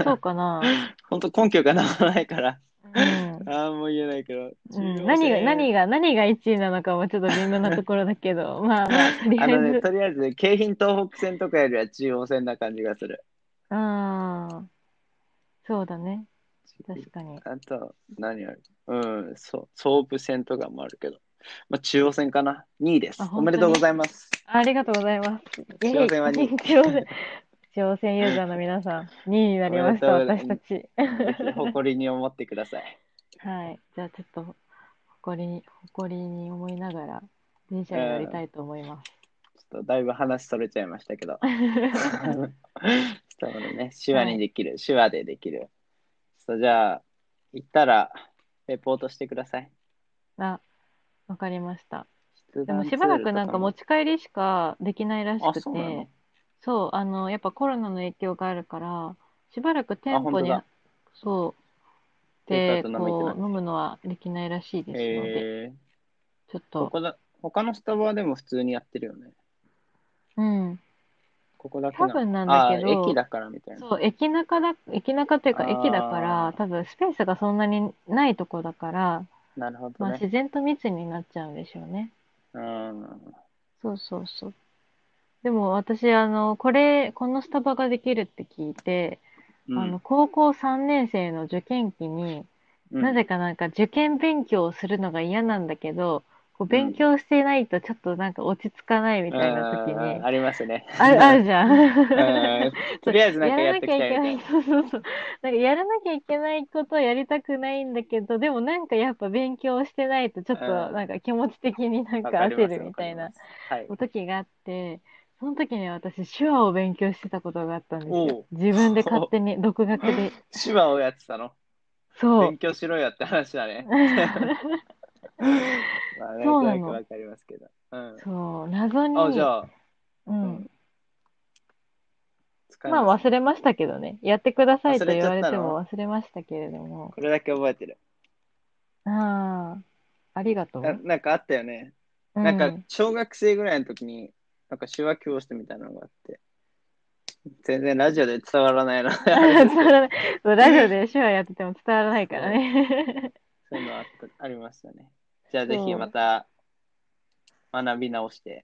Speaker 2: そうかな。
Speaker 1: 本当根拠がなんもないから、
Speaker 2: うん。
Speaker 1: 何も言えないけど、
Speaker 2: うん、何が、何
Speaker 1: が
Speaker 2: が、何が1位なのかもちょっと微妙なところだけど、まあまあ、とりあ
Speaker 1: あの
Speaker 2: え
Speaker 1: ね、
Speaker 2: ず。
Speaker 1: とりあえず、京浜東北線とかよりは中央線な感じがする。
Speaker 2: ああ、そうだね。確かに。
Speaker 1: あと、何あるうん、そう、総武線とかもあるけど、まあ、中央線かな。2位です
Speaker 2: あ。
Speaker 1: お
Speaker 2: 本
Speaker 1: め
Speaker 2: 当に
Speaker 1: でとうございます。
Speaker 2: ありがとうございます。
Speaker 1: 中央線は2位。ぜ
Speaker 2: 挑戦。挑戦ユーザーの皆さん、2位にな りました、
Speaker 1: おめでと
Speaker 2: 私
Speaker 1: う
Speaker 2: たち。
Speaker 1: ひ誇りに思ってください。
Speaker 2: はい。じゃあちょっと、誇りに、誇りに思いながら、電車に乗りたいと思います。
Speaker 1: ちょっとだいぶ話それちゃいましたけ ど。そうだね、手話にできる、手話でできる。そうじゃあ、行ったら、レポートしてください。
Speaker 2: あ、わかりました。
Speaker 1: 筆
Speaker 2: で
Speaker 1: 談
Speaker 2: も
Speaker 1: ツ
Speaker 2: し
Speaker 1: ール
Speaker 2: ば
Speaker 1: と
Speaker 2: らくなんか
Speaker 1: も
Speaker 2: 持ち帰りしかできないらし
Speaker 1: あ、
Speaker 2: く
Speaker 1: そうなの
Speaker 2: て、そう、あの、やっぱコロナの影響があるから、しばらく店舗に
Speaker 1: あ本当だ、
Speaker 2: そう、
Speaker 1: テイ
Speaker 2: で、
Speaker 1: クアウト飲めてない
Speaker 2: こう、飲むのはできないらしいですので、
Speaker 1: え
Speaker 2: ちょっ
Speaker 1: ー、
Speaker 2: と、
Speaker 1: ここだ他のスタバはでも普通にやってるよね。
Speaker 2: うん。
Speaker 1: ここだけ
Speaker 2: 多分なんだけ
Speaker 1: あ
Speaker 2: ど
Speaker 1: 駅だからみたいな。
Speaker 2: そう、駅中だ、駅中っていうか
Speaker 1: あー
Speaker 2: 駅だから、多分スペースがそんなにないとこだから、
Speaker 1: なるほど
Speaker 2: まあ
Speaker 1: ね。
Speaker 2: 自然と密になっちゃうんでしょうね。
Speaker 1: うん。
Speaker 2: そうそうそう。でも私、あの、これ、このスタバができるって聞いて、
Speaker 1: うん
Speaker 2: あの、高校3年生の受験期に、
Speaker 1: うん
Speaker 2: なぜかなんか受験勉強をするのが嫌なんだけど、こう勉強してないとちょっとなんか落ち着かないみたいな時
Speaker 1: うん
Speaker 2: に、
Speaker 1: ありますね。
Speaker 2: ある、あるじゃん。
Speaker 1: うんとりあえずなんかやってきたいみた
Speaker 2: やらなきゃ
Speaker 1: いな。
Speaker 2: いけない。そうそうそう。なんかやらなきゃいけないことをやりたくないんだけど、でもなんかやっぱ勉強してないとちょっと
Speaker 1: うん
Speaker 2: なんか気持ち的になんか
Speaker 1: わかりま
Speaker 2: 焦
Speaker 1: す
Speaker 2: るみた
Speaker 1: わ
Speaker 2: い。な
Speaker 1: かります
Speaker 2: 時があって、その時に私手話を勉強してたことがあったんです
Speaker 1: おう
Speaker 2: よ。自分で勝手に独学 で。
Speaker 1: はい。手話をやってたの。
Speaker 2: そう
Speaker 1: 勉。強しろよって話だね。まあ、
Speaker 2: そうな
Speaker 1: なんとなく
Speaker 2: の
Speaker 1: わかりますけど。うん。
Speaker 2: そう、謎に、
Speaker 1: あ、じゃあ、
Speaker 2: う。。
Speaker 1: うん使い
Speaker 2: まあ
Speaker 1: ます
Speaker 2: 忘れましたけどね。やってくださいと
Speaker 1: 忘れち
Speaker 2: 言
Speaker 1: ゃっ
Speaker 2: われ
Speaker 1: た
Speaker 2: て
Speaker 1: の
Speaker 2: も忘れましたけれども。
Speaker 1: これだけ覚えてる。
Speaker 2: ああ、ありがとう。
Speaker 1: ななんかあったよね。なん
Speaker 2: う
Speaker 1: か小学生ぐらいの時に、なんか手話教室みたいなのがあって、全然ラジオで伝わらないので、
Speaker 2: 伝わらないそうラジオで手話やってても伝わらないからね。
Speaker 1: そういうのあったありましたね。じゃあぜひまた学び直して、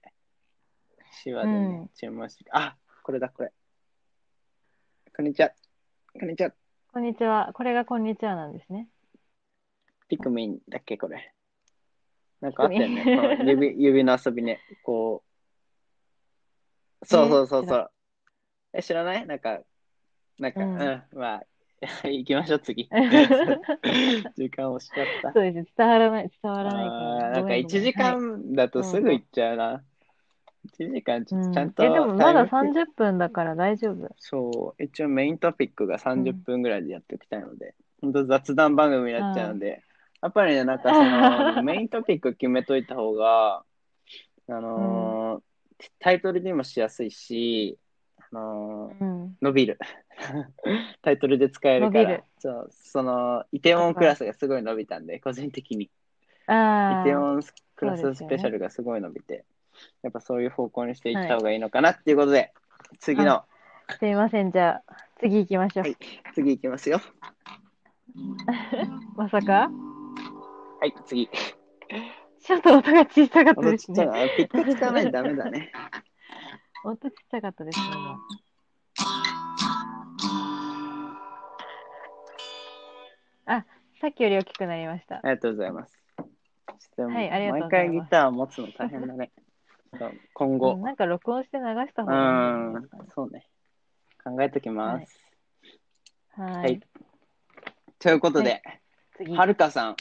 Speaker 1: 手話で
Speaker 2: う
Speaker 1: ね
Speaker 2: ん、
Speaker 1: 注文して、あこれだ、これ。こんにちは。こんにちは。
Speaker 2: こんにちは。これがこんにちはなんですね。
Speaker 1: ピクミンだっけ、これ。なんかあったよね
Speaker 2: ピクミ
Speaker 1: こ
Speaker 2: ン。
Speaker 1: の 指指の遊びね。こう。そうそうそうそう。え、知らないなんか、なんか、う、
Speaker 2: うんん
Speaker 1: まあ、 行きましょう、 次。時間押しちゃった。
Speaker 2: そうですね。伝わらない、伝わらない
Speaker 1: あ
Speaker 2: から。
Speaker 1: ーなんか
Speaker 2: ごめ
Speaker 1: 1
Speaker 2: ごめ
Speaker 1: 時
Speaker 2: はい
Speaker 1: 間だとすぐ行っちゃうな。1時間ちょっとちゃんと
Speaker 2: うん、え、でもまだ
Speaker 1: タイム
Speaker 2: 30分だから大丈夫。
Speaker 1: そう、一応メイントピックが
Speaker 2: う
Speaker 1: 30
Speaker 2: ん
Speaker 1: 分ぐらいでやっておきたいので、本当雑談番組になっちゃうので、やっぱりね、なんかそのメイントピック決めといた方が、あのータイトルにもしやすいし、あのー
Speaker 2: うん。
Speaker 1: 伸びる。 タイトルで使えるか
Speaker 2: 伸び
Speaker 1: ら
Speaker 2: る、
Speaker 1: そうその、イテウォンクラスがすごい伸びたんで、個人的に。
Speaker 2: あ
Speaker 1: イ
Speaker 2: あ。
Speaker 1: テウォンクラ
Speaker 2: そう
Speaker 1: ス
Speaker 2: です
Speaker 1: ス
Speaker 2: よね
Speaker 1: ペシャルがすごい伸びて、やっぱそういう方向にしていった方がいいのかなっていうことで、次の、
Speaker 2: すいません。じゃあ、次行きましょう。
Speaker 1: はい次いきますよ。
Speaker 2: まさ
Speaker 1: は
Speaker 2: か
Speaker 1: い、次。
Speaker 2: ちょっと音が小さかった
Speaker 1: 音
Speaker 2: です
Speaker 1: ちっちゃい
Speaker 2: ね
Speaker 1: な。。ピック使わないとダメだね。
Speaker 2: 音ちっちゃかったですね。今あ、さっきより大きくなりました
Speaker 1: あ。りがとうございます。ちょっと
Speaker 2: はいありがとう
Speaker 1: 毎
Speaker 2: ござい
Speaker 1: 回
Speaker 2: ます
Speaker 1: ギターを持つの大変だね。ちょっと今
Speaker 2: う
Speaker 1: 後
Speaker 2: ん、なんか録音して流した
Speaker 1: う
Speaker 2: 方がいいん
Speaker 1: ー
Speaker 2: じゃない
Speaker 1: ん、そうね。考えときます。
Speaker 2: ですかね。は。
Speaker 1: はいい。ということで、
Speaker 2: 次。
Speaker 1: はるかさん、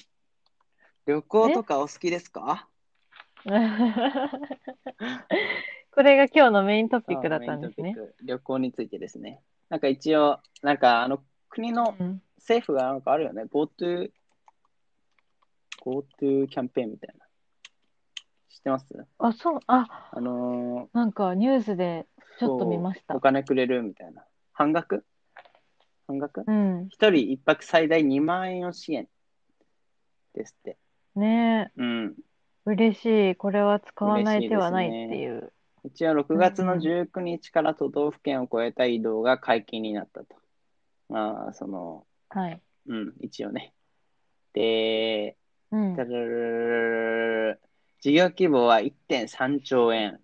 Speaker 1: 旅行とかお好きですか
Speaker 2: これが今日のメイントピックだったんです
Speaker 1: メイント。
Speaker 2: ね
Speaker 1: ピック旅行についてですね。なんか一応、なんかあの国の
Speaker 2: うん
Speaker 1: 政府がなんかあるよね。GoTo、GoTo キャンペーンみたいな。知ってます
Speaker 2: あ、そう、あ、
Speaker 1: あの
Speaker 2: なんかニュースで
Speaker 1: ー
Speaker 2: ちょっと見まし
Speaker 1: そ
Speaker 2: た
Speaker 1: うお。金くれるみたいな。半額半額
Speaker 2: うん。
Speaker 1: 一人一泊最大2万円を支援ですって。
Speaker 2: ねえ、
Speaker 1: うん。
Speaker 2: 嬉しい。これは使わない手はないっていう。
Speaker 1: 一応6月の
Speaker 2: うん
Speaker 1: 19日から都道府県を越えた移動が解禁になったと。まあ、その、
Speaker 2: はい。
Speaker 1: うん、一応ね。で、
Speaker 2: うん
Speaker 1: た。るるるる事業規模は1.3兆円、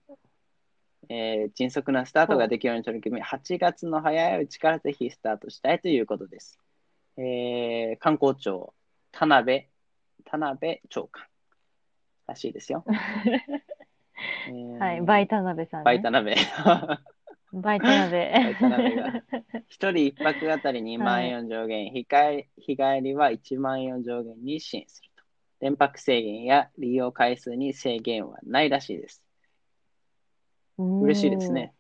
Speaker 1: えー迅速なスタートができるように取り組み、8月の早いうちからぜひスタートしたいということです。えー観光庁、田辺、田辺長官らしいですよ。えー
Speaker 2: はい。バイタナベさん
Speaker 1: バイ
Speaker 2: ね。
Speaker 1: 田辺。
Speaker 2: バイタナベ。
Speaker 1: バイ田辺が 一人一泊あたり2万円を上限、日帰日帰りは1万円を上限に支援すると。連泊制限や利用回数に制限はないらしいです。嬉しいですね。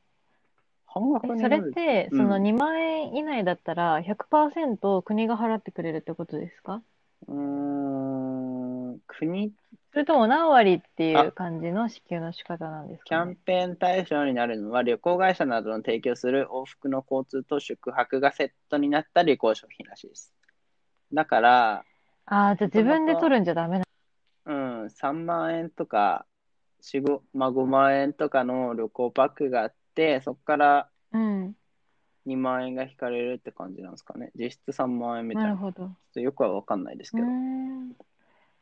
Speaker 1: 半
Speaker 2: え。
Speaker 1: 額にな
Speaker 2: それっ
Speaker 1: る。
Speaker 2: て、
Speaker 1: うん
Speaker 2: その2万円以内だったら100%国が払ってくれるってことですか
Speaker 1: うーん、国
Speaker 2: それとも何割ってい
Speaker 1: あ
Speaker 2: う感じの支給の仕方なんです
Speaker 1: キ
Speaker 2: か
Speaker 1: ャ
Speaker 2: ね
Speaker 1: ンペーン対象になるのは、旅行会社などの提供する往復の交通と宿泊がセットになった旅行商品らしいです。だから、
Speaker 2: ああ、じゃあ自分で取るんじゃダメな
Speaker 1: うん、3万円とか、4、5、まあ、5万円とかの旅行パックがあって、そこから
Speaker 2: うん。
Speaker 1: 2万円が引かれるって感じなんですかね。実質3万円みたい
Speaker 2: な
Speaker 1: な。
Speaker 2: る
Speaker 1: ちょ
Speaker 2: ほど。
Speaker 1: っとよくは分かんないですけ
Speaker 2: う
Speaker 1: ど。
Speaker 2: ん。
Speaker 1: う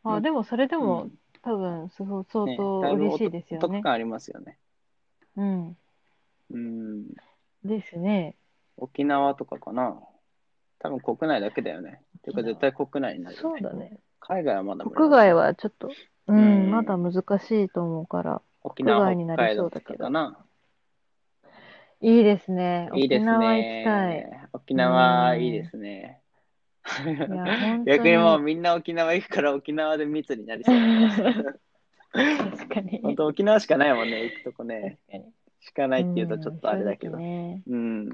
Speaker 2: あ、
Speaker 1: ん
Speaker 2: でもそれでも、
Speaker 1: うん
Speaker 2: 多分すご相
Speaker 1: ね
Speaker 2: 当
Speaker 1: だいぶ
Speaker 2: 嬉しいです
Speaker 1: お
Speaker 2: よ
Speaker 1: 得
Speaker 2: ね。
Speaker 1: 感ありますよね。
Speaker 2: うん。
Speaker 1: うん。
Speaker 2: ですね。
Speaker 1: 沖縄とかかな。多分国内だけだよね。ていうか絶対国内になるよ
Speaker 2: そう
Speaker 1: ね。
Speaker 2: だね。
Speaker 1: 海外はまだ無理
Speaker 2: 国外はちょっと、う
Speaker 1: うん
Speaker 2: ん、まだ難しいと思うから。
Speaker 1: 沖縄、
Speaker 2: 国外になりそう
Speaker 1: 北
Speaker 2: だ
Speaker 1: 海道
Speaker 2: けど
Speaker 1: とかかな。
Speaker 2: いいですね。
Speaker 1: いいです
Speaker 2: 沖縄行きたい。
Speaker 1: ね。沖縄いいですね。
Speaker 2: いや、本当
Speaker 1: 逆にもうみんな沖縄行くから沖縄で密にな りそうだね。
Speaker 2: 確かに。
Speaker 1: 本当沖縄しかないもんね、行くとこね。
Speaker 2: 確かに。
Speaker 1: しかないっていうとちょっとあれだけど
Speaker 2: うん。正
Speaker 1: うん。
Speaker 2: 直ね、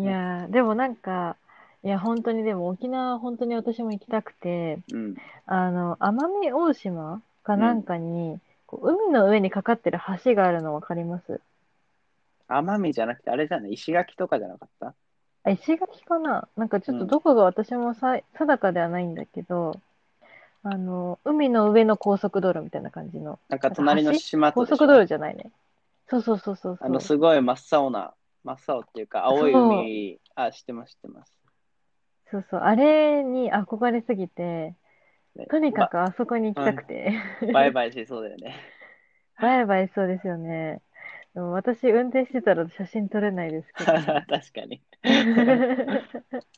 Speaker 2: いやー、でもなんか、いや、本当にでも沖縄、本当に私も行きたくて、
Speaker 1: うん。
Speaker 2: あの、奄美大島かなんかに、こう海の上にかかってる橋があるの分かります
Speaker 1: 奄美じゃなくて、あれじゃない石垣とかじゃなかった
Speaker 2: あ石垣かななんかちょっ
Speaker 1: う
Speaker 2: と
Speaker 1: ん
Speaker 2: どこが私もさ、定かではないんだけど、あの、海の上の高速道路みたいな感じの。
Speaker 1: なんか隣の島と
Speaker 2: 高
Speaker 1: でしょ
Speaker 2: 速道路じゃないね。そうそうそうそうそう。
Speaker 1: あの、すごい真っ青な真っ青っていうか、青い海、あ、知ってます、知ってます。
Speaker 2: そうそう、あれに憧れすぎて、
Speaker 1: ね
Speaker 2: とにかくあそこに行きたくて。
Speaker 1: ばバイバイしそうだよね。
Speaker 2: バイバイしそうですよね。でも私、運転してたら写真撮れないですけど
Speaker 1: 確。かに。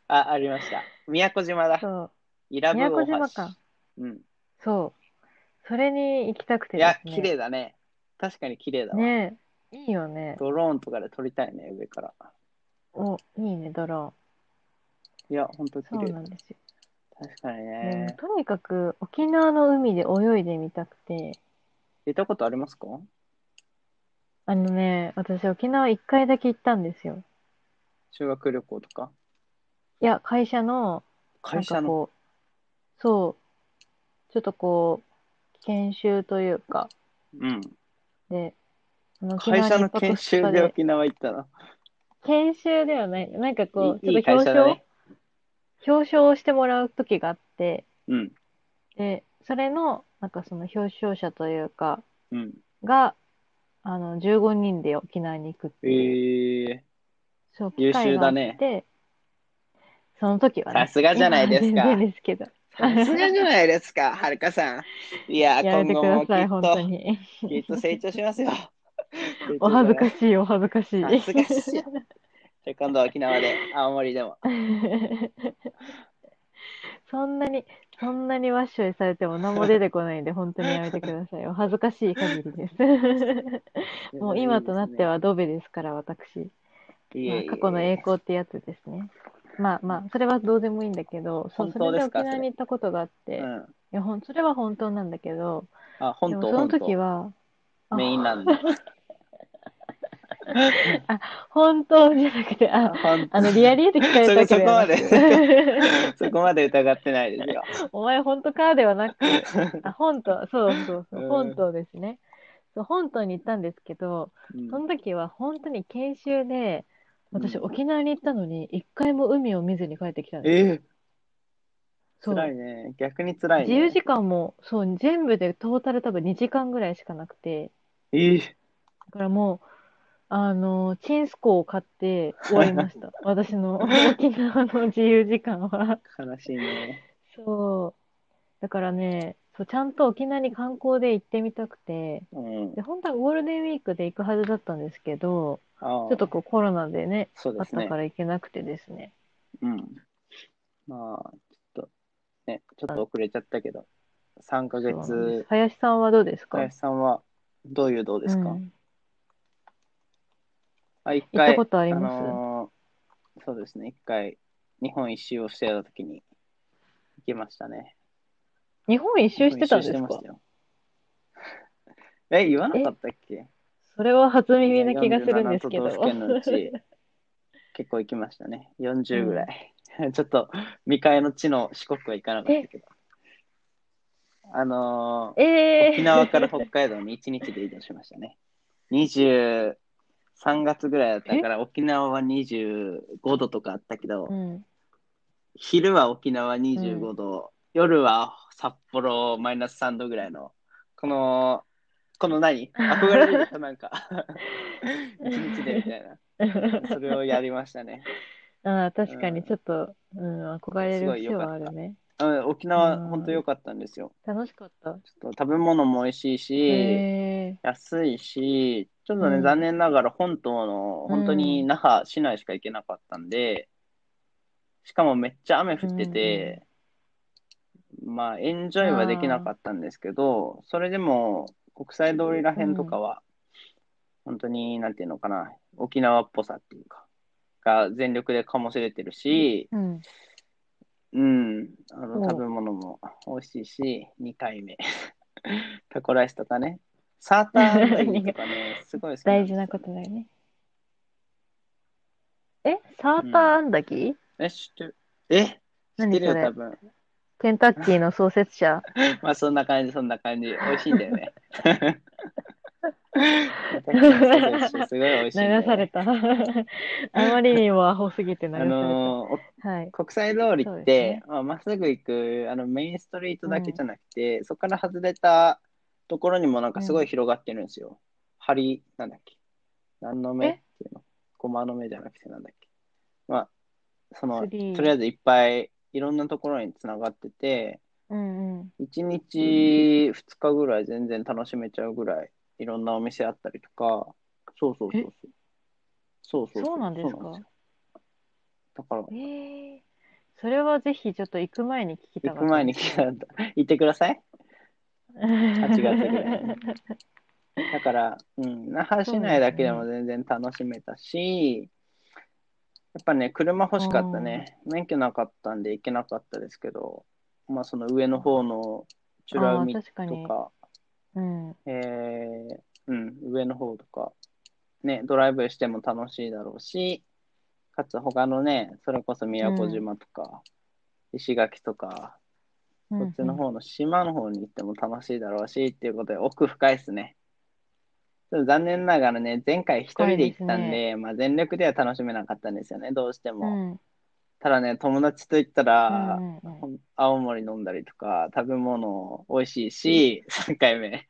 Speaker 1: あ、ありました。宮古島 だ。
Speaker 2: そう、
Speaker 1: 伊良部大
Speaker 2: 宮
Speaker 1: 橋。
Speaker 2: 古島か。
Speaker 1: うん。
Speaker 2: そう。それに行きたくて
Speaker 1: い
Speaker 2: で
Speaker 1: や、
Speaker 2: すね。
Speaker 1: 綺麗だね。確かに綺麗だわ。
Speaker 2: ねえいいよね。
Speaker 1: ドローンとかで撮りたいね、上から。
Speaker 2: お、いいね、ドロ
Speaker 1: いや、ほんと綺
Speaker 2: ーン。そう
Speaker 1: 麗。
Speaker 2: なんですよ。
Speaker 1: 確かに
Speaker 2: も
Speaker 1: ね
Speaker 2: う。とにかく沖縄の海で泳いでみたくて、
Speaker 1: 行ったことありますか
Speaker 2: あのね、私沖縄一回だけ行ったんですよ。
Speaker 1: 修学旅行とか。
Speaker 2: いや、会社の、なん
Speaker 1: 会社
Speaker 2: か
Speaker 1: の。
Speaker 2: こう、そう、ちょっとこう、研修というか、
Speaker 1: うん。
Speaker 2: で、あの沖
Speaker 1: 会
Speaker 2: 縄
Speaker 1: 社
Speaker 2: に
Speaker 1: の
Speaker 2: 一泊
Speaker 1: 研修
Speaker 2: 二日
Speaker 1: で
Speaker 2: で
Speaker 1: 沖縄行ったの。
Speaker 2: 研修ではない、なんかこう、
Speaker 1: いいいい
Speaker 2: ちょっ
Speaker 1: 会
Speaker 2: と
Speaker 1: 社だ
Speaker 2: 表彰、
Speaker 1: ね。
Speaker 2: 表彰をしてもらう時があって、
Speaker 1: うん。
Speaker 2: で、それの、なんかその表彰者というか、
Speaker 1: うん。
Speaker 2: が、あの、15人で沖縄に行くって
Speaker 1: え
Speaker 2: いう、
Speaker 1: ー、
Speaker 2: そう、
Speaker 1: 優
Speaker 2: 機
Speaker 1: 秀
Speaker 2: 会があ
Speaker 1: だ
Speaker 2: っ
Speaker 1: ね
Speaker 2: て、その時はね、
Speaker 1: さすがじゃないですか
Speaker 2: 今は全然ですけど、
Speaker 1: さすがじゃないですか、はるかさん。いや、
Speaker 2: や
Speaker 1: 今
Speaker 2: めて
Speaker 1: 後
Speaker 2: く
Speaker 1: もき
Speaker 2: ださい、
Speaker 1: っ
Speaker 2: 本当
Speaker 1: と、
Speaker 2: に。
Speaker 1: きっと成長しますよ。
Speaker 2: お恥ずかしい、お恥ずかしい。
Speaker 1: 恥ずかしい。じゃあ今度は沖縄で、青森でも。
Speaker 2: そんなに、そんなにワッショイされても何も出てこないんで、本当にやめてください。お恥ずかしい限りです。もう今となってはドベですから、私。
Speaker 1: いえいえ、
Speaker 2: まあ過去の栄光ってやつですね。まあまあ、それはどうでもいいんだけど、そう
Speaker 1: 本
Speaker 2: そ
Speaker 1: 当
Speaker 2: れで
Speaker 1: ですか
Speaker 2: 沖縄に行ったことがあって、
Speaker 1: う
Speaker 2: い
Speaker 1: ん。
Speaker 2: やほんそれは本当なんだけど、
Speaker 1: あ、
Speaker 2: で
Speaker 1: 本
Speaker 2: も
Speaker 1: 当、
Speaker 2: その
Speaker 1: 本
Speaker 2: 時
Speaker 1: 当。
Speaker 2: は、あ
Speaker 1: メインランド。
Speaker 2: 本当じゃなくて、あ、
Speaker 1: 本当
Speaker 2: あの、リアリーで聞かれたわけ
Speaker 1: そこ
Speaker 2: はなく
Speaker 1: そこ そこまで疑ってないですよ。
Speaker 2: お前本当かではなく、あ、本島、そうそうそうう、
Speaker 1: ん
Speaker 2: 本島ですね。そう、本島に行ったんですけど、
Speaker 1: うん
Speaker 2: その時は本当に研修で、私
Speaker 1: うん
Speaker 2: 沖縄に行ったのに、一回も海を見ずに帰ってきたんですよ。
Speaker 1: えー、
Speaker 2: そう。
Speaker 1: 辛いね。逆に辛い
Speaker 2: 自
Speaker 1: ね。
Speaker 2: 由時間も、そう、全部でトータル多分2時間ぐらいしかなくて、
Speaker 1: えー
Speaker 2: だからもう、あの、チンスコを買って終わり ました。私の沖縄の自由時間は。
Speaker 1: 悲しいね。
Speaker 2: そう。だからね、そう、ちゃんと沖縄に観光で行ってみたくて、
Speaker 1: うん。
Speaker 2: で、本当はゴールデンウィークで行くはずだったんですけど、
Speaker 1: ち
Speaker 2: ち
Speaker 1: ょ
Speaker 2: ょっとこうコロナでね、
Speaker 1: そう
Speaker 2: あ
Speaker 1: で
Speaker 2: っ
Speaker 1: す
Speaker 2: た
Speaker 1: ね
Speaker 2: か。ら行けなくてですね。
Speaker 1: うん。まあ、ちょっと、ね、ちょっと遅れちゃったけど、3ヶ
Speaker 2: そうなんです
Speaker 1: 月、
Speaker 2: 林さんはどうですか
Speaker 1: 林さんはどういうどうですか、
Speaker 2: うん
Speaker 1: あ、一
Speaker 2: 行った
Speaker 1: 回、
Speaker 2: ことあ
Speaker 1: あ
Speaker 2: ります
Speaker 1: のーそうですね、一回、日本一周をしてた時に行きましたね。
Speaker 2: 日本一周してたんです
Speaker 1: 日本一周
Speaker 2: か
Speaker 1: しましたよえ、言わなかったっけ
Speaker 2: それは初耳な気がするんですけ
Speaker 1: 47都道府県の
Speaker 2: ど。
Speaker 1: うち、結構行きましたね。40ぐらい。ちょっと、未開の地の四国は行かなかったけど。あのー、
Speaker 2: えー、
Speaker 1: 沖縄から北海道に1日で移動しましたね。23月ぐらいだったから、沖縄は25度とかあったけど、
Speaker 2: うん。
Speaker 1: 昼は沖縄25度、夜は札幌マイナス3度ぐらいの、この、この 何憧れるでしょ、なんか。1日でみたい な。それをやりましたね。
Speaker 2: ああ、確かにちょっと、うん、憧れる節はあるね。
Speaker 1: うん、沖
Speaker 2: う
Speaker 1: 縄、
Speaker 2: ん
Speaker 1: 本当良かったんですよ。
Speaker 2: 楽しかっ
Speaker 1: ち
Speaker 2: た。
Speaker 1: ょっと食べ物も美味しいし、
Speaker 2: え
Speaker 1: 安いし、ちょっとね、
Speaker 2: うん
Speaker 1: 残念ながら本島の、本当に那覇市内しか行けなかったんで、しかもめっちゃ雨降ってて、まあ、エンジョイはできなかったんですけど、それでも、国際通りらへんとかは、本当に、なんていうのかな、沖縄っぽさっていうか、が全力で醸し出てるし、
Speaker 2: ー、うん。
Speaker 1: うん、あ
Speaker 2: お
Speaker 1: の食べ物も美味しいし、2回目。 タコライスとかね。サーターアンダギーとか ね、すごい好きん
Speaker 2: 大
Speaker 1: です
Speaker 2: 事
Speaker 1: よ
Speaker 2: なことだよね。え、サーターアンダギー、
Speaker 1: え、知ってるえ知って
Speaker 2: 何
Speaker 1: る
Speaker 2: そ
Speaker 1: よ、
Speaker 2: れ
Speaker 1: 多分。
Speaker 2: ケンタッキーの創設者。
Speaker 1: まあ、そんな感じ、そんな感じ。美味しいんだよ ね。 すごい美味しいんだよね、
Speaker 2: 流された。あ まりにもアホすぎて流さ
Speaker 1: あ
Speaker 2: れた。
Speaker 1: のー
Speaker 2: はい。
Speaker 1: 国際通り
Speaker 2: そう
Speaker 1: っ
Speaker 2: で
Speaker 1: て
Speaker 2: すね、
Speaker 1: まあ、まっすぐ行くあのメインストリートだけじゃなくて、そこから外れたところにもなんかすごい広がってるんですよ。ハリ、なんだっけ何の目っていうの駒の目じゃなくてなんだっけ。まあ、その、
Speaker 2: ス
Speaker 1: と
Speaker 2: リー
Speaker 1: りあえずいっぱいいろんなところにつながってて、
Speaker 2: うんうん。
Speaker 1: 1日2日ぐらい全然楽しめちゃうぐらいいろんなお店あったりとか、そうそうそうそう。そうそう
Speaker 2: そうなんです
Speaker 1: そう
Speaker 2: か
Speaker 1: よだから、
Speaker 2: ええそれはぜひちょっと行く前に聞きた
Speaker 1: 行
Speaker 2: か
Speaker 1: く
Speaker 2: った。
Speaker 1: 前に聞かれた。行ってください。
Speaker 2: 8
Speaker 1: 月ぐらい にだから、うん、那覇市内だけでも全然楽しめたし、やっぱね、車欲しかったね。免許なかったんで行けなかったですけど、まあその上の方の美ら海
Speaker 2: あ
Speaker 1: と
Speaker 2: ー確かに
Speaker 1: か、
Speaker 2: うん。
Speaker 1: えーうん、上の方とか、ね、ドライブしても楽しいだろうし、かつ他のね、それこそ宮古島とか、石垣とか、
Speaker 2: うん
Speaker 1: こっちの方の島の方に行っても楽しいだろうしっていうことで奥深いですね。ちょっと残念ながらね、前回一人で行ったんで、
Speaker 2: 深い
Speaker 1: まあ、全力では楽しめなかったんですよね、どうして
Speaker 2: う
Speaker 1: も。
Speaker 2: ん。
Speaker 1: ただね、友達と行ったら
Speaker 2: う、んうんうん
Speaker 1: 青森飲んだりとか、食べ物美味しいし、3回 目。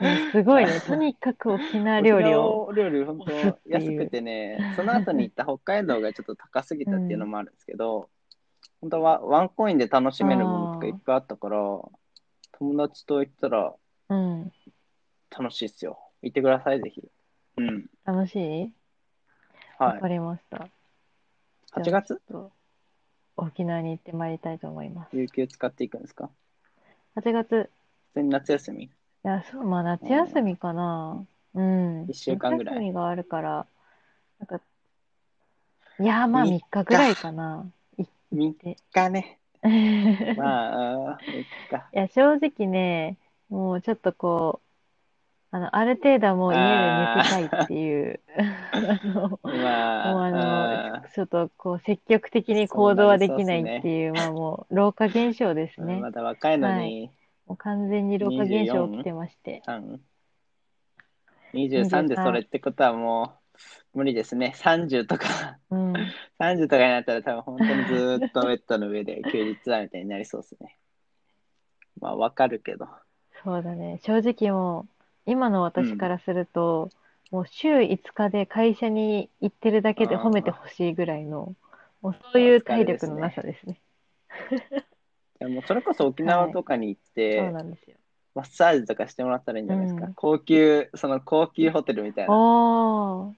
Speaker 2: ねすごい ね。とにかく沖縄料理を。
Speaker 1: 沖縄料理、本当安くてね、その後に行った北海道がちょっと高すぎたっていうのもあるんですけど、本当はワンコインで楽しめるものとかいっぱいあったから、友達と行ったら、
Speaker 2: うん。
Speaker 1: 楽しいっすよ。行ってください、ぜひ。うん。
Speaker 2: 楽しい
Speaker 1: は
Speaker 2: わ
Speaker 1: い。
Speaker 2: かりました。
Speaker 1: 8月
Speaker 2: 沖縄に行ってまいりたいと思います。
Speaker 1: 有給使っていくんですか
Speaker 2: 8月、
Speaker 1: 普通に夏休み
Speaker 2: いや、そう、まあ夏休みかな。うん。
Speaker 1: 一週間ぐらい
Speaker 2: 夏休みがあるから、なんか、いや、まあ3日ぐらい かな。
Speaker 1: ?3 日ね。まあ、3日。
Speaker 2: いや、正直ね、もうちょっとこう、あの、ある程度はもう家で寝てたいっていう、あの、もう
Speaker 1: ま
Speaker 2: あ
Speaker 1: あ、
Speaker 2: の、ちょっとこう、積極的に行動はできないっていう、まあもう、老化現象です
Speaker 1: うん
Speaker 2: ね。
Speaker 1: まだ若いのに、
Speaker 2: もう完全に老化現象起きてまして。
Speaker 1: 3 23でそれってことはもう無理ですね。30とか、
Speaker 2: うん。
Speaker 1: 30とかになったら多分本当にずーっとベッドの上で休日だみたいになりそうですね。まあわかるけど。
Speaker 2: そうだね。正直もう、今の私からすると、もう週5日で会社に行ってるだけで褒めてほしいぐらいの、もうそういう体力のなさですね。
Speaker 1: でもそれこそ沖縄とかに行って、
Speaker 2: そうなんですよ。
Speaker 1: マッサージとかしてもらったらいいんじゃないですか。
Speaker 2: うん
Speaker 1: 高級、その高級ホテルみたいな。
Speaker 2: おー。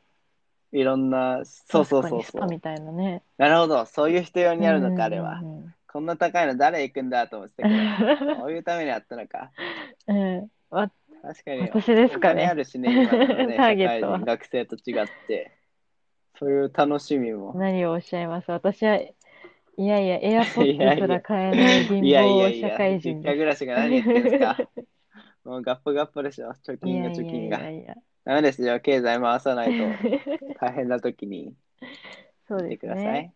Speaker 1: いろんな、そうそうそう
Speaker 2: 確かにス
Speaker 1: そ
Speaker 2: パ
Speaker 1: う。
Speaker 2: みたいなね。
Speaker 1: なるほど、そういう人用にあるのか、あ
Speaker 2: うん
Speaker 1: れ
Speaker 2: うん
Speaker 1: は。こんな高いの誰行くんだと思ってたけ ど、こういうためにあったのか。
Speaker 2: うん。 うんわ
Speaker 1: 確かに。
Speaker 2: 私ですか
Speaker 1: お金あ
Speaker 2: ね。
Speaker 1: るしね、今のね
Speaker 2: ターゲット
Speaker 1: 社会
Speaker 2: は
Speaker 1: 人学生と違って。そういう楽しみも。
Speaker 2: 何をおっしゃいます私は、いやいや、エアポッドすら買えない貧
Speaker 1: いやいや
Speaker 2: 乏
Speaker 1: いや、
Speaker 2: 社会
Speaker 1: 実家
Speaker 2: 人です。
Speaker 1: 暮らしが何言ってんです か。もうガッポガッポでしょ、貯
Speaker 2: い
Speaker 1: 金が
Speaker 2: やい
Speaker 1: 貯金
Speaker 2: やいや
Speaker 1: が。
Speaker 2: いや。
Speaker 1: ダメですよ、経済回さない と大変な時に
Speaker 2: そう
Speaker 1: 見
Speaker 2: で
Speaker 1: て
Speaker 2: す
Speaker 1: ください。
Speaker 2: ね。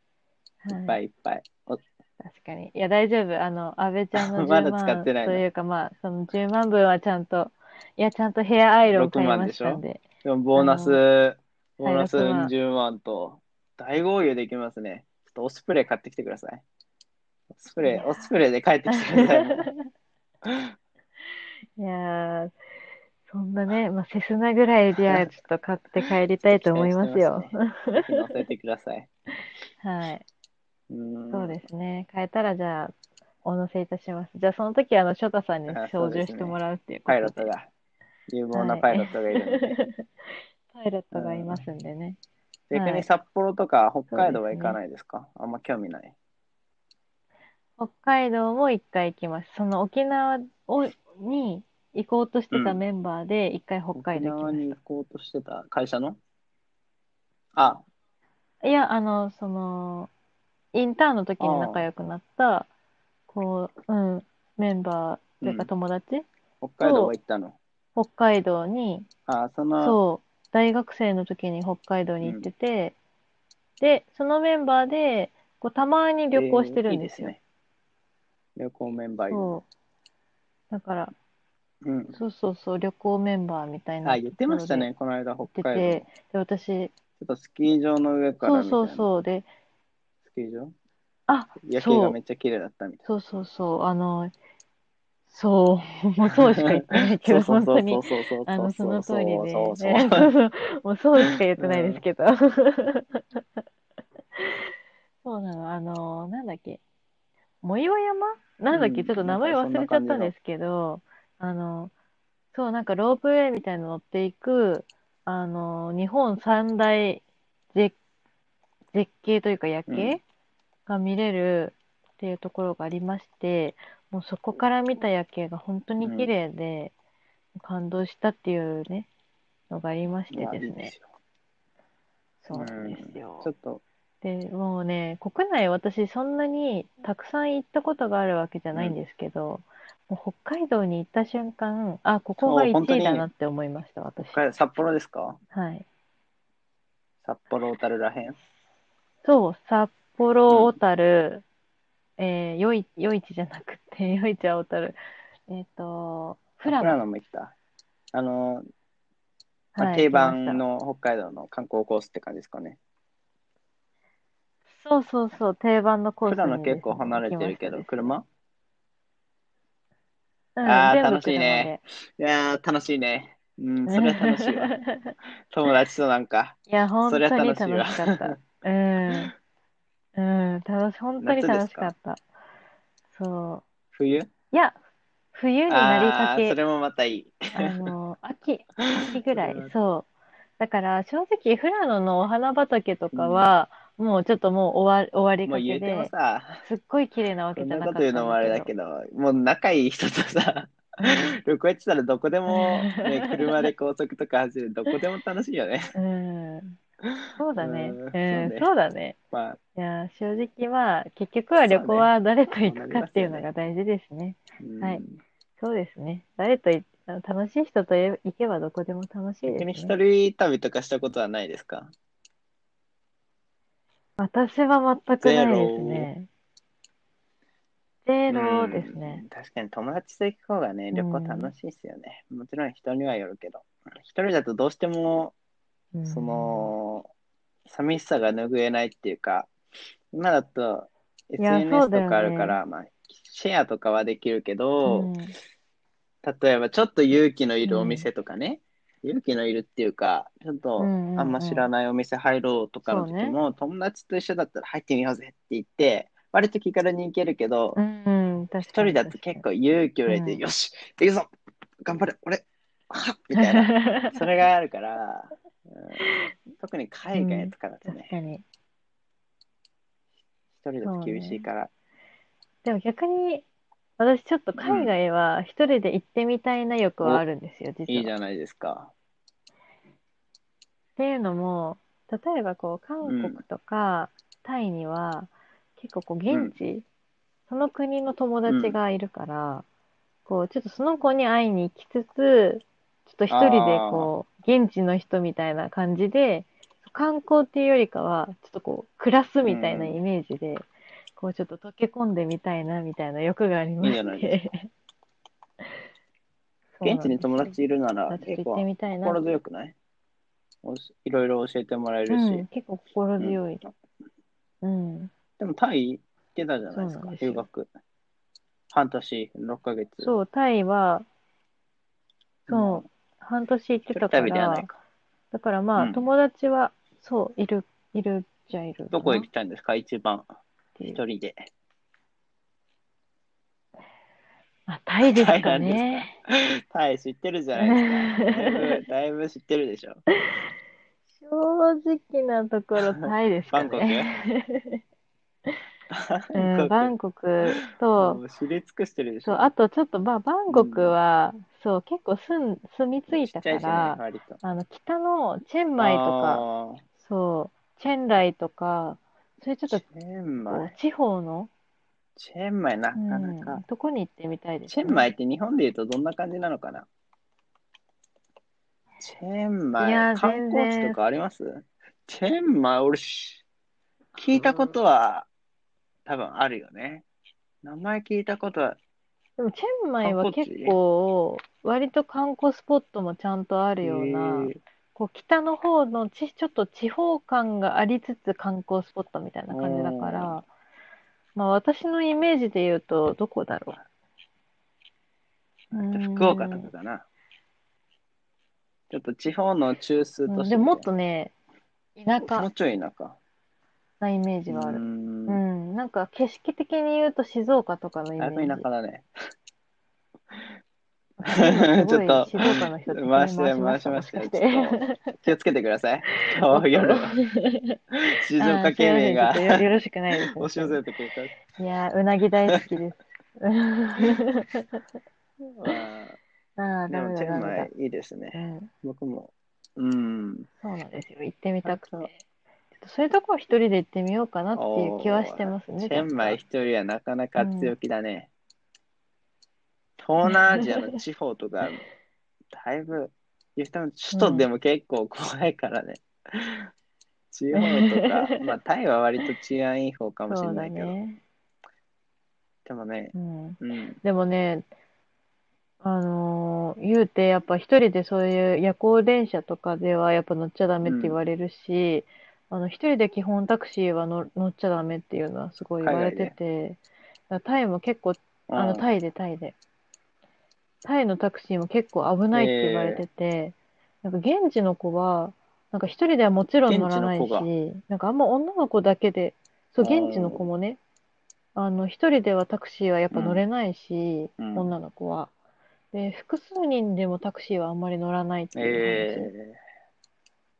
Speaker 1: いっ
Speaker 2: は
Speaker 1: ぱいいっぱい。お
Speaker 2: 確かに。いや、大丈夫。あの、安倍ちゃん の
Speaker 1: ま
Speaker 2: 10
Speaker 1: だ使っ
Speaker 2: 万
Speaker 1: てないの
Speaker 2: というか、まあ、その10万分はちゃんと、いや、ちゃんとヘアアイロン買いましたんで。
Speaker 1: でもボーナス、ボーナス
Speaker 2: はい六万
Speaker 1: 40万と大豪遊できますね。ちょっとオスプレイ買ってきてください。オスプ
Speaker 2: い
Speaker 1: レ
Speaker 2: や
Speaker 1: イ、オスプレイで帰ってきてくださいね。
Speaker 2: いやーそんなね、まあ、セスナぐらいではちょっと買って 帰りたいと思いますよ。
Speaker 1: ぜひ乗せてください。
Speaker 2: はい。
Speaker 1: うん
Speaker 2: そうですね。変えたら、じゃあ、お乗せいたします。じゃあ、その時は、あの、翔太さんに操縦してもらうっていうこ
Speaker 1: パイロッ
Speaker 2: と
Speaker 1: ト
Speaker 2: で。
Speaker 1: が、有望なパイロットがいるので、
Speaker 2: パイロットがいますんでね。
Speaker 1: 逆に札幌とか北海道は行かないですかあんま興味ない。
Speaker 2: 北海道も一回行きます。その沖縄をに行こうとしてたメンバーで、一回北海道行
Speaker 1: 沖縄
Speaker 2: きま
Speaker 1: に
Speaker 2: し
Speaker 1: 行こうとしてた会社のあ、
Speaker 2: た。いや、あの、その、インターンの時に仲良くなった、こう、うん、メンバーという
Speaker 1: う
Speaker 2: か
Speaker 1: ん
Speaker 2: 友達、
Speaker 1: 北海道は行ったの。
Speaker 2: 北海道に、
Speaker 1: あ、その、
Speaker 2: そう、大学生の時に北海道に行ってて、で、そのメンバーで、こう、たまに旅行してるんですよ。
Speaker 1: えーいいね旅行メンバーいる
Speaker 2: そう。だから、
Speaker 1: うん。
Speaker 2: そうそうそう、旅行メンバーみたいな
Speaker 1: あ、言ってましたね、この間、
Speaker 2: と
Speaker 1: 北
Speaker 2: ころで
Speaker 1: 海
Speaker 2: 言っ
Speaker 1: 道
Speaker 2: て。て、で、私、
Speaker 1: ちょっとスキー場の上から
Speaker 2: そ
Speaker 1: み
Speaker 2: う
Speaker 1: たいな。
Speaker 2: そうそう、で、
Speaker 1: スキー場
Speaker 2: あ、
Speaker 1: 夜景
Speaker 2: そ
Speaker 1: が
Speaker 2: う
Speaker 1: めっちゃ綺麗だったみたい
Speaker 2: そうそうそう、あの、そう、もうそうしか言ってないけ
Speaker 1: そ
Speaker 2: ど、
Speaker 1: うそうそう
Speaker 2: 本
Speaker 1: そ
Speaker 2: 当に
Speaker 1: う。そうそう
Speaker 2: あの、その通りで。
Speaker 1: そう そう
Speaker 2: ね
Speaker 1: そう
Speaker 2: もうそうしか言ってないですけど。そうなの、あの、なんだっけ。藻岩山なんだっけ、
Speaker 1: うん
Speaker 2: ちょっと名前忘れちゃったんですけど、あの、そう、なんかロープウェイみたいなの乗っていく、あの、日本三大絶絶景というか夜景が見れるっていうところがありまして、もうそこから見た夜景が本当に綺麗で、感動したっていうね、のがありまして
Speaker 1: まあい
Speaker 2: で
Speaker 1: い
Speaker 2: す
Speaker 1: で
Speaker 2: ね
Speaker 1: す。よ
Speaker 2: そうなんですよ。
Speaker 1: ちょっと、
Speaker 2: で、もうね、国内私そんなにたくさん行ったことがあるわけじゃないんですけど、もう北海道に行った瞬間、あ、ここが
Speaker 1: そう本当
Speaker 2: 1
Speaker 1: に
Speaker 2: 位だなって思いました、私。
Speaker 1: 北海道札幌ですか
Speaker 2: はい。
Speaker 1: 札幌小樽らへん。
Speaker 2: そう、札
Speaker 1: うん
Speaker 2: 幌、小樽、えー、よい、夜市じゃなくて、 夜市は小樽、えっと、富良
Speaker 1: 富良
Speaker 2: 野、
Speaker 1: 野も行った。あの、まあ
Speaker 2: はい、
Speaker 1: 定
Speaker 2: 行きま
Speaker 1: 番
Speaker 2: した。
Speaker 1: の北海道の観光コースって感じですかね。
Speaker 2: そうそうそう、定番のコース
Speaker 1: 富良野
Speaker 2: に
Speaker 1: 結構
Speaker 2: ですね
Speaker 1: 離れてるけ
Speaker 2: 行
Speaker 1: ど、
Speaker 2: きました
Speaker 1: 車
Speaker 2: うん、
Speaker 1: あー
Speaker 2: 全部
Speaker 1: 楽しいねいやー、楽しいね。うん、
Speaker 2: 車
Speaker 1: そ
Speaker 2: で。
Speaker 1: れは楽しいわ。友達となんか。
Speaker 2: いや、本
Speaker 1: そ
Speaker 2: 当
Speaker 1: りゃ
Speaker 2: に
Speaker 1: 楽
Speaker 2: 楽
Speaker 1: しいわ
Speaker 2: しかった。うん。うん、楽し、本当に楽しかった。そ
Speaker 1: 冬
Speaker 2: う。いや、冬になり
Speaker 1: あ
Speaker 2: か
Speaker 1: あー、
Speaker 2: け
Speaker 1: そ、れもまたいい。
Speaker 2: あ の、秋、秋ぐらい
Speaker 1: それは、
Speaker 2: そう。だから、正直、富良野のお花畑とかは、もうちょっともう終わ、終
Speaker 1: も
Speaker 2: わ
Speaker 1: う言
Speaker 2: り
Speaker 1: う
Speaker 2: か
Speaker 1: ても
Speaker 2: け
Speaker 1: さ、
Speaker 2: で、すっごい綺麗なわ
Speaker 1: こ
Speaker 2: け
Speaker 1: ん
Speaker 2: じゃ
Speaker 1: な
Speaker 2: な
Speaker 1: こ
Speaker 2: かっ
Speaker 1: と言う
Speaker 2: た
Speaker 1: の
Speaker 2: ん
Speaker 1: も
Speaker 2: だ
Speaker 1: あれ
Speaker 2: け
Speaker 1: だ
Speaker 2: ど。
Speaker 1: けど、もう仲いい人と さ、旅行やってたらどこでも、ね、車で高速とか走る、どこでも楽しいよね。
Speaker 2: うん。そうだね。
Speaker 1: うん
Speaker 2: う、
Speaker 1: そうんね
Speaker 2: そうだね。
Speaker 1: まあ、
Speaker 2: いや、正直は、結局は旅行は誰と行くかっていうのが大事ですね。
Speaker 1: うん
Speaker 2: はいそうですね。誰とい、あの楽しい人とい行けばどこでも楽しいで
Speaker 1: 逆に
Speaker 2: す
Speaker 1: 一
Speaker 2: ね。
Speaker 1: 人旅とかしたことはないですか
Speaker 2: 私は全くないですね。ゼ
Speaker 1: う
Speaker 2: ロ
Speaker 1: ん
Speaker 2: ですね。
Speaker 1: 確かに友達と行く方がね、旅行楽しいですよね。もちろん人にはよるけど、一人だとどうしても
Speaker 2: うん
Speaker 1: その寂しさが拭えないっていうか今だと
Speaker 2: いやそ
Speaker 1: SNS
Speaker 2: うだ
Speaker 1: と
Speaker 2: よね
Speaker 1: かあるから、まあ、シェアとかはできるけ
Speaker 2: う
Speaker 1: ど、
Speaker 2: ん、
Speaker 1: 例えばちょっと勇気のいるお店とかね、勇気のいるっていうかちょっ
Speaker 2: う
Speaker 1: と
Speaker 2: んうん
Speaker 1: あんま知らないお店入ろうとかの時
Speaker 2: そう
Speaker 1: も、友達と一緒だったら入ってみようぜって言って割と気軽に行けるけど、
Speaker 2: うんうん、確
Speaker 1: 一
Speaker 2: かに
Speaker 1: 人だと結構勇気を得て、
Speaker 2: うん
Speaker 1: よし行くぞ頑張れ俺はっみたいな それがあるから、うん特に海外とかだと
Speaker 2: 確
Speaker 1: ね、
Speaker 2: かに。
Speaker 1: 一人だと厳しいから、
Speaker 2: でも逆に、私ちょっと海外は一人で行ってみたいな欲はあるんですよ、実
Speaker 1: いい
Speaker 2: は。
Speaker 1: じ
Speaker 2: っ
Speaker 1: ゃないですか。
Speaker 2: ていうのも、例えばこう、韓国とかタイには、結構こう、現地、その国の友達がいるから、こう、ちょっとその子に会いに行きつつ、ちょっと一人でこう、現地の人みたいな感じで、観光っていうよりかは、ちょっとこう、暮らすみたいな
Speaker 1: うん
Speaker 2: イメージで、こう、ちょっと溶け込んでみたいな、みたいな欲がありま
Speaker 1: いいじゃな
Speaker 2: し
Speaker 1: いで
Speaker 2: て。 そうなん
Speaker 1: 現地に友達いるなら、
Speaker 2: ですよち
Speaker 1: 結
Speaker 2: ょっと行って
Speaker 1: 構
Speaker 2: みたいな。
Speaker 1: 心強くないおしいろいろ教えてもらえるし、
Speaker 2: うん、結構心強い。うん。
Speaker 1: でもタイ行ってたじゃないです
Speaker 2: そうな
Speaker 1: か
Speaker 2: ん、ですよ
Speaker 1: 留学。半年、6ヶ月。
Speaker 2: そう、タイは、そう、半年行って
Speaker 1: 一人
Speaker 2: たか
Speaker 1: 旅ではな
Speaker 2: ら
Speaker 1: い、か。
Speaker 2: だからまあ、
Speaker 1: うん
Speaker 2: 友達は、そう、いる、いるっちゃいるか
Speaker 1: どこ
Speaker 2: な
Speaker 1: 行きたいんですか、一番。
Speaker 2: ていう
Speaker 1: 一人で。
Speaker 2: あ、タイです
Speaker 1: タイな
Speaker 2: か
Speaker 1: んですか
Speaker 2: ね。
Speaker 1: タイ知ってるじゃない ですか。だいぶだいぶ知ってるでしょ。
Speaker 2: 正直なところ、タイですかね。 うん、バンコク
Speaker 1: も
Speaker 2: と、
Speaker 1: う知り尽くしてるでし
Speaker 2: そう、
Speaker 1: ょ。
Speaker 2: あとちょっと、まあ、バンコクは、そう、結構住ん、住み着い
Speaker 1: ち
Speaker 2: た
Speaker 1: っちゃ
Speaker 2: か
Speaker 1: いしね、
Speaker 2: ら、
Speaker 1: 割と。
Speaker 2: あの、北のチェンマイとか、そう、チェンライとか、そういうちょ
Speaker 1: あー
Speaker 2: っと、
Speaker 1: チェン
Speaker 2: こ
Speaker 1: マ
Speaker 2: う
Speaker 1: イ。
Speaker 2: 地方の、
Speaker 1: チェンマイな
Speaker 2: う、
Speaker 1: かなんか。
Speaker 2: とこに行ってみたいです
Speaker 1: チェンマイっ
Speaker 2: ね。
Speaker 1: て日本で言うとどんな感じなのかなチェン
Speaker 2: い
Speaker 1: マ
Speaker 2: や
Speaker 1: イ、
Speaker 2: ー
Speaker 1: 観光地
Speaker 2: 全然
Speaker 1: とかありますチェンマイ、俺し、聞いたことは多分あるよね。名前聞いたことは、
Speaker 2: でも、チェンマイは
Speaker 1: 観光
Speaker 2: 結
Speaker 1: 地
Speaker 2: 構、割と観光スポットもちゃんとあるような、
Speaker 1: えー
Speaker 2: こう北の方のち、ちょっと地方感がありつつ観光スポットみたいな感じだから、まあ私のイメージで言うと、どこだろうん
Speaker 1: 福岡とかかな。ちょっと地方の中枢
Speaker 2: う
Speaker 1: と
Speaker 2: ん
Speaker 1: して、
Speaker 2: でももっとね、田
Speaker 1: も
Speaker 2: 舎
Speaker 1: うちょい田舎。
Speaker 2: なイメージはあ
Speaker 1: う。
Speaker 2: る。うんん、なんか景色的に言うと静岡とかのイメ
Speaker 1: だいぶ
Speaker 2: ー
Speaker 1: 田
Speaker 2: ジ
Speaker 1: 舎。だね。
Speaker 2: 今 す
Speaker 1: ち
Speaker 2: ご
Speaker 1: ょ
Speaker 2: い
Speaker 1: っと
Speaker 2: 静岡の人って
Speaker 1: 回して回しましたよ。ちょっと気をつけてくださ い。今日夜、静岡県民が
Speaker 2: あーすいませんちょっとよよろしくないです、
Speaker 1: 押し寄せてくれた。
Speaker 2: いやーうなぎ大好き です。ああ、
Speaker 1: で
Speaker 2: ダメ
Speaker 1: も、チ
Speaker 2: だ、
Speaker 1: ェ
Speaker 2: ダ
Speaker 1: ン
Speaker 2: メ
Speaker 1: マ
Speaker 2: だ
Speaker 1: イ。いいですね
Speaker 2: う。ん、
Speaker 1: 僕も。うん。
Speaker 2: そうなんですよ。行ってみたくて。ち
Speaker 1: そ
Speaker 2: ょ
Speaker 1: う
Speaker 2: っとそういうとこは一人で行ってみようかなっていう気はしてますね。
Speaker 1: チェンマイ一人はなかなか強気だね。東南アジアの地方とか、だいぶ、言っても首都でも結構怖いから ね。地方とか、まあタイは割と治安いい方かもし
Speaker 2: そ
Speaker 1: れ
Speaker 2: う
Speaker 1: な
Speaker 2: だ
Speaker 1: いけど、
Speaker 2: ね。
Speaker 1: でもね、
Speaker 2: うん。
Speaker 1: うん、
Speaker 2: でもね、あのー言うて、やっぱ一人でそういう夜行電車とかではやっぱ乗っちゃダメって言われるし、あの、一人で基本タクシーは乗乗っちゃダメっていうのはすごい言われてて、だからタイも結構、あの、タイでタイで。タイのタクシーも結構危ないって言われてて、なんか現地の子は、なんか一人ではもちろん乗らない
Speaker 1: 現地の
Speaker 2: し、なんかあんま女の子だけで、そう、現地の子もね、あの、一人ではタクシーはやっぱ乗れないし、
Speaker 1: うんうん
Speaker 2: 女の子は。で、複数人でもタクシーはあんまり乗らないっていう話
Speaker 1: え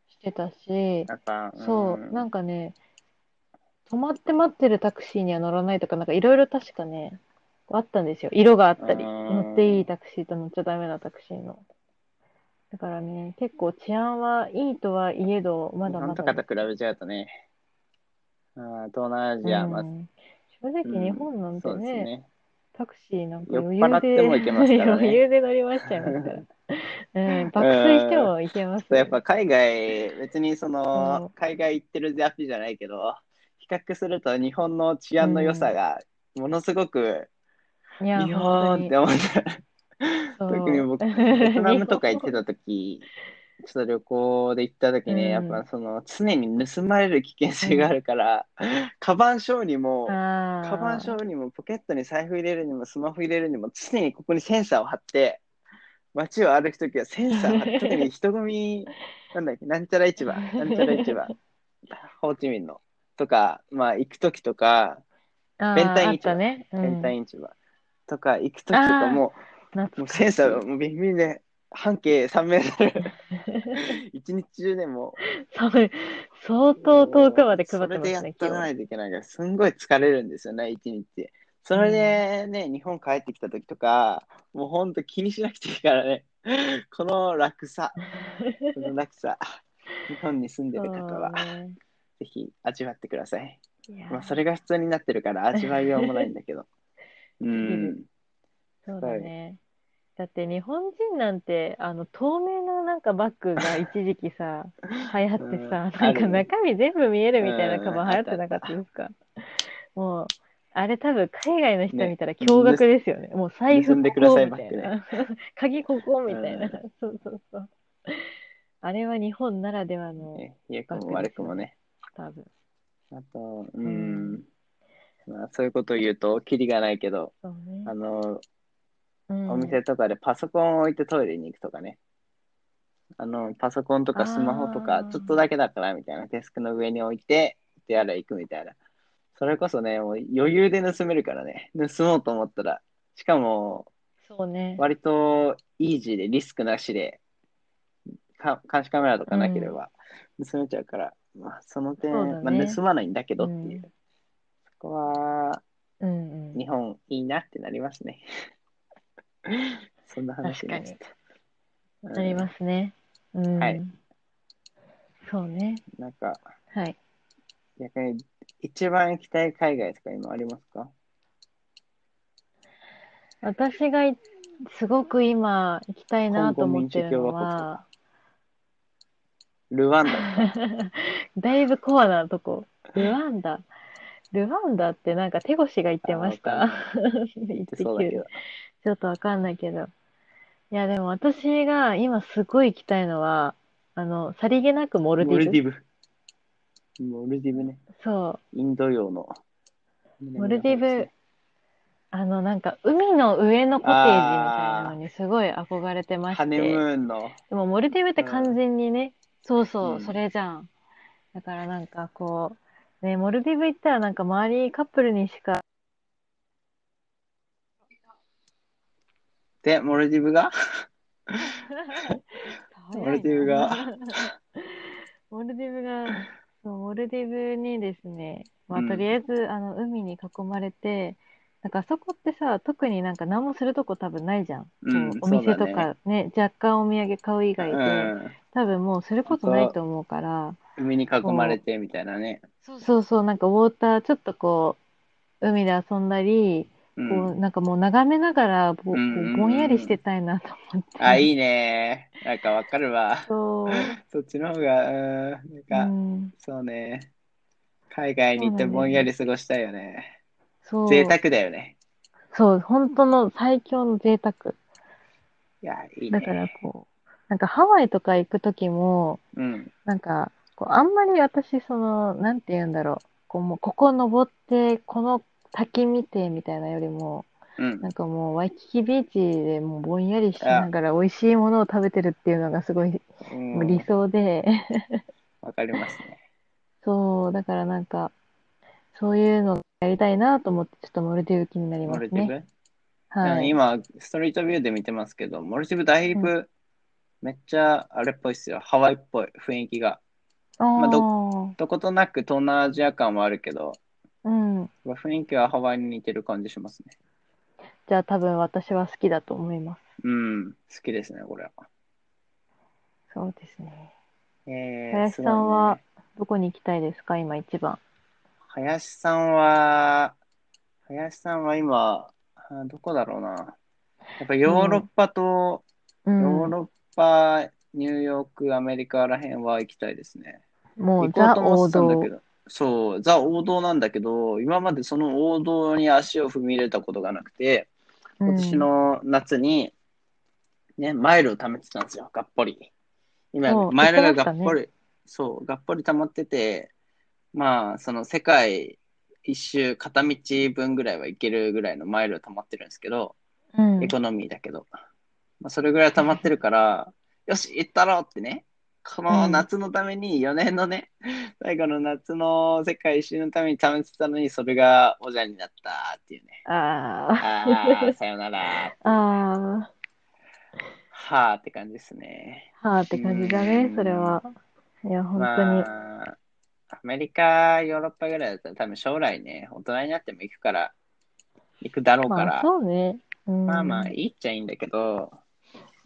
Speaker 2: してたし、
Speaker 1: ー、なんか、
Speaker 2: そう、なんんかね、止まって待ってるタクシーには乗らないとか、なんかいろいろ確かね、あったんですよ。色があったり、
Speaker 1: うーん
Speaker 2: 乗っていいタクシーと乗っちゃダメなタクシーの。だからね、結構治安はいいとはいえど、まだま
Speaker 1: なんと
Speaker 2: だ
Speaker 1: か
Speaker 2: で
Speaker 1: と
Speaker 2: す。
Speaker 1: 比べちゃうとね、あー東南アジア、
Speaker 2: うん
Speaker 1: まあ、
Speaker 2: 正直日本なんて
Speaker 1: そうです
Speaker 2: ね、
Speaker 1: ね。
Speaker 2: タクシーなんか
Speaker 1: 酔っ
Speaker 2: 余
Speaker 1: 払
Speaker 2: 裕
Speaker 1: って
Speaker 2: で、
Speaker 1: も行けますからね
Speaker 2: 余裕で乗りましちゃいます から。うん、爆睡してもいけますよ
Speaker 1: やっぱ海外、別にそ
Speaker 2: そ
Speaker 1: の
Speaker 2: う
Speaker 1: 海外行ってるアピじゃないけど、比較すると日本の治安の良さがものすごく、
Speaker 2: いや、
Speaker 1: 日
Speaker 2: 本当
Speaker 1: 本
Speaker 2: に
Speaker 1: って思った。
Speaker 2: そう
Speaker 1: 特に 僕、
Speaker 2: 日
Speaker 1: ベ
Speaker 2: 本
Speaker 1: トナムとか行ってた時、ちょっと旅行で行った時ね、
Speaker 2: うん
Speaker 1: やっぱその常に盗まれる危険性があるから、カバンショーにも、
Speaker 2: あー
Speaker 1: カバンショーにもポケットに財布入れるにもスマホ入れるにも常にここにセンサーを貼って街を歩くときはセンサーを貼って特に人混 みなんだっけなんちゃら市場なんちゃら市場ホーチミンのとかまあ行くときとか
Speaker 2: あー
Speaker 1: 弁天
Speaker 2: あっ
Speaker 1: 市場
Speaker 2: たね。うん
Speaker 1: 変態市場とか行くときとかも,、
Speaker 2: 懐
Speaker 1: もう
Speaker 2: かしい
Speaker 1: センサーをもうビンビンで半径3メート ル一日中でも
Speaker 2: そう相当遠くまで配っ
Speaker 1: それ
Speaker 2: てま
Speaker 1: でや
Speaker 2: す
Speaker 1: っ
Speaker 2: ね、
Speaker 1: とかないといけないから、すんごい疲れるんですよね、一日。それでね、日本帰ってきた時とか、もうほんと気にしなくていいからね、 この楽 さ、この楽さ、日本に住んで
Speaker 2: 今
Speaker 1: る
Speaker 2: 日
Speaker 1: 方は、
Speaker 2: そうね
Speaker 1: ぜひ味わってください。
Speaker 2: いや
Speaker 1: まあ、それが普通になってる から味わいようもないんだけど。うん。
Speaker 2: そうだね。だって日本人なんて、あの、透明ななんかバッグが一時期 さ、流行って
Speaker 1: うん
Speaker 2: さ、
Speaker 1: あ
Speaker 2: なん
Speaker 1: る
Speaker 2: か中身全部見えるみたいなカバ
Speaker 1: う
Speaker 2: ン
Speaker 1: ん
Speaker 2: 流行ってなかったですかもう、あれ多分海外の人見たら
Speaker 1: ね
Speaker 2: 驚愕ですよね。もう財布
Speaker 1: 盗んでください
Speaker 2: ここ
Speaker 1: バッ
Speaker 2: み
Speaker 1: グ
Speaker 2: たい
Speaker 1: ね
Speaker 2: な。 鍵ここみたいな
Speaker 1: う。
Speaker 2: そうそうそう。あれは日本ならではの、
Speaker 1: ね良くも悪くもね。
Speaker 2: 多分。
Speaker 1: あと、うん。まあ、そういうことを言うと、キリがないけど、
Speaker 2: そうね。
Speaker 1: あの、
Speaker 2: うん
Speaker 1: お店とかでパソコンを置いてトイレに行くとかね。あの、パソコンとかスマホと
Speaker 2: あ
Speaker 1: か、
Speaker 2: ー
Speaker 1: ちょっとだけだからみたいな、デスクの上に置いて、手洗い行くみたいな。それこそね、もう余裕で盗めるからね。盗もうと思ったら。しかも、
Speaker 2: そうね。
Speaker 1: 割とイージーでリスクなしで、か監視カメラとかなければ盗めちゃうから、まあ、その点、
Speaker 2: そうだね
Speaker 1: まあ、盗まないんだけどっていう。
Speaker 2: うん
Speaker 1: そこは、
Speaker 2: うんうん
Speaker 1: 日。本いいなってなりますね。そんな話になっちゃった。うん
Speaker 2: なりますね。うん。
Speaker 1: はい。
Speaker 2: そうね。
Speaker 1: なんか、
Speaker 2: はい。
Speaker 1: 逆に一番行きたい海外とか今ありますか
Speaker 2: 私がいすごく今行きたいなと思ってるのは、
Speaker 1: ルワンダ。
Speaker 2: だいぶコアなとこ。ルワンダ。ルワンダってなんか手越が言ってました。
Speaker 1: あわ
Speaker 2: 言っ
Speaker 1: って
Speaker 2: て
Speaker 1: そう
Speaker 2: き
Speaker 1: だけ
Speaker 2: る
Speaker 1: ど。
Speaker 2: ちょっとわかんないけど。いや、でも私が今すごい行きたいのは、あの、さりげなくモルディ
Speaker 1: モ
Speaker 2: ブ。
Speaker 1: ルディブ。モルディブね。
Speaker 2: そ
Speaker 1: インド洋の。
Speaker 2: う。モルディブ、あの、なんか、海の上のコテージみたいなのにすごい憧れてま
Speaker 1: ハ
Speaker 2: し
Speaker 1: ネム
Speaker 2: て。
Speaker 1: ーンの。
Speaker 2: でも、モルディブって完全にね、そうそうう、
Speaker 1: ん
Speaker 2: それじゃん。だからなんかこう、ね、モルディブ行ったらなんか周りカップルにしか、
Speaker 1: で、モルディブが
Speaker 2: 早いな
Speaker 1: モルディブが。
Speaker 2: モルディブが、そうモルディブにですね、まあ、
Speaker 1: うん
Speaker 2: とりあえず、あの、海に囲まれて、なんかあそこってさ、特になんか何もするとこ多分ないじゃん。こ
Speaker 1: うん
Speaker 2: お店
Speaker 1: そうだ
Speaker 2: と
Speaker 1: ね
Speaker 2: かね、若干お土産買う以
Speaker 1: う
Speaker 2: 外で、
Speaker 1: ん。
Speaker 2: 多分もうすることないと思うから、
Speaker 1: 海に囲まれてみたいなね。
Speaker 2: そうそうそう、なんかウォーター、ちょっとこう、海で遊んだり、
Speaker 1: う
Speaker 2: こ
Speaker 1: ん。
Speaker 2: う、なんかもう眺めながらぼ、こ
Speaker 1: うんうんうん
Speaker 2: うぼんやりしてたいなと思って。
Speaker 1: あ、いいね。なんかわかるわ。
Speaker 2: そう。
Speaker 1: そっちの方が、うん、
Speaker 2: う
Speaker 1: なんか、
Speaker 2: ん。
Speaker 1: そうね。海外に行ってぼんやり過ごしたいよね。
Speaker 2: そう。
Speaker 1: 贅沢だよね。
Speaker 2: そう、本当の最強の贅沢。
Speaker 1: いや、いい
Speaker 2: だから
Speaker 1: ね。
Speaker 2: こう、なんかハワイとか行くときも、
Speaker 1: うん。
Speaker 2: なんか、こう、あんまり私、その、なんて言うんだろう。こう、もう、ここ登って、この滝見て、みたいなよりも、
Speaker 1: うん
Speaker 2: な。んかもう、ワイキキビーチでもう、ぼんやりしながら、美味しいものを食べてるっていうのがすごい、もう
Speaker 1: うん
Speaker 2: 理想で、
Speaker 1: わかりますね。
Speaker 2: そう、だからなんか、そういうのやりたいなと思って、ちょっとモルディブ気になり
Speaker 1: モ
Speaker 2: ま
Speaker 1: ル
Speaker 2: す
Speaker 1: ディブ、
Speaker 2: ね。はい。
Speaker 1: 今、ストリートビューで見てますけど、モルディブだいぶ、めっちゃあれっぽいっすよ。ハワイっぽい雰囲気が。
Speaker 2: ああ
Speaker 1: あど
Speaker 2: ー、
Speaker 1: どことなく東南アジア感はあるけど、
Speaker 2: うん。
Speaker 1: 雰囲気はハワイに似てる感じしますね。
Speaker 2: じゃあ多分私は好きだと思います。
Speaker 1: うん、好きですね、これは。
Speaker 2: そうですね。
Speaker 1: えー、
Speaker 2: 林
Speaker 1: すごい
Speaker 2: さん
Speaker 1: ね
Speaker 2: はどこに行きたいですか今一番。
Speaker 1: 林さんは、林さんは今、あどこだろうな。やっぱヨーロッパと、
Speaker 2: う
Speaker 1: ヨ
Speaker 2: ん
Speaker 1: ー。ロッパ、ニューヨーク、アメリカらへんは行きたいですね。
Speaker 2: も
Speaker 1: 行こ
Speaker 2: う
Speaker 1: う
Speaker 2: ザ
Speaker 1: と思
Speaker 2: 王
Speaker 1: ってたんだ
Speaker 2: 道
Speaker 1: け。ど。そう、ザ王道なんだけど、今までその王道に足を踏み入れたことがなくて、
Speaker 2: うん
Speaker 1: 今年の夏に、ね、マイルを貯めてたんですよ、がっぽり。
Speaker 2: そ
Speaker 1: 今、
Speaker 2: う
Speaker 1: マイルが
Speaker 2: 言っ
Speaker 1: が
Speaker 2: てま
Speaker 1: っ
Speaker 2: したね
Speaker 1: ぽり、そう、がっぽり貯まってて、まあ、その世界一周、片道分ぐらいは行けるぐらいのマイルを貯まってるんですけど、
Speaker 2: うん
Speaker 1: エコノミーだけど、まあ、それぐらい溜まってる から、よし、行ったろうってね、この夏のために、4年のね、最後の夏の世界一周のために貯めてたのに、それがおじゃになったっていうね。
Speaker 2: あ
Speaker 1: ああ、さよなら。
Speaker 2: あ。あ
Speaker 1: はあって感じですね。
Speaker 2: あ。はあって感じだ
Speaker 1: う
Speaker 2: ね
Speaker 1: ん、
Speaker 2: それは。いや、本当に。
Speaker 1: まあ、アメリカ、ヨーロッパぐらいだったら、多分将来ね、大人になっても行くから、行くだろうか
Speaker 2: まあ
Speaker 1: ら、
Speaker 2: そうね。うん。
Speaker 1: まあまあ、いいっちゃいいんだけど、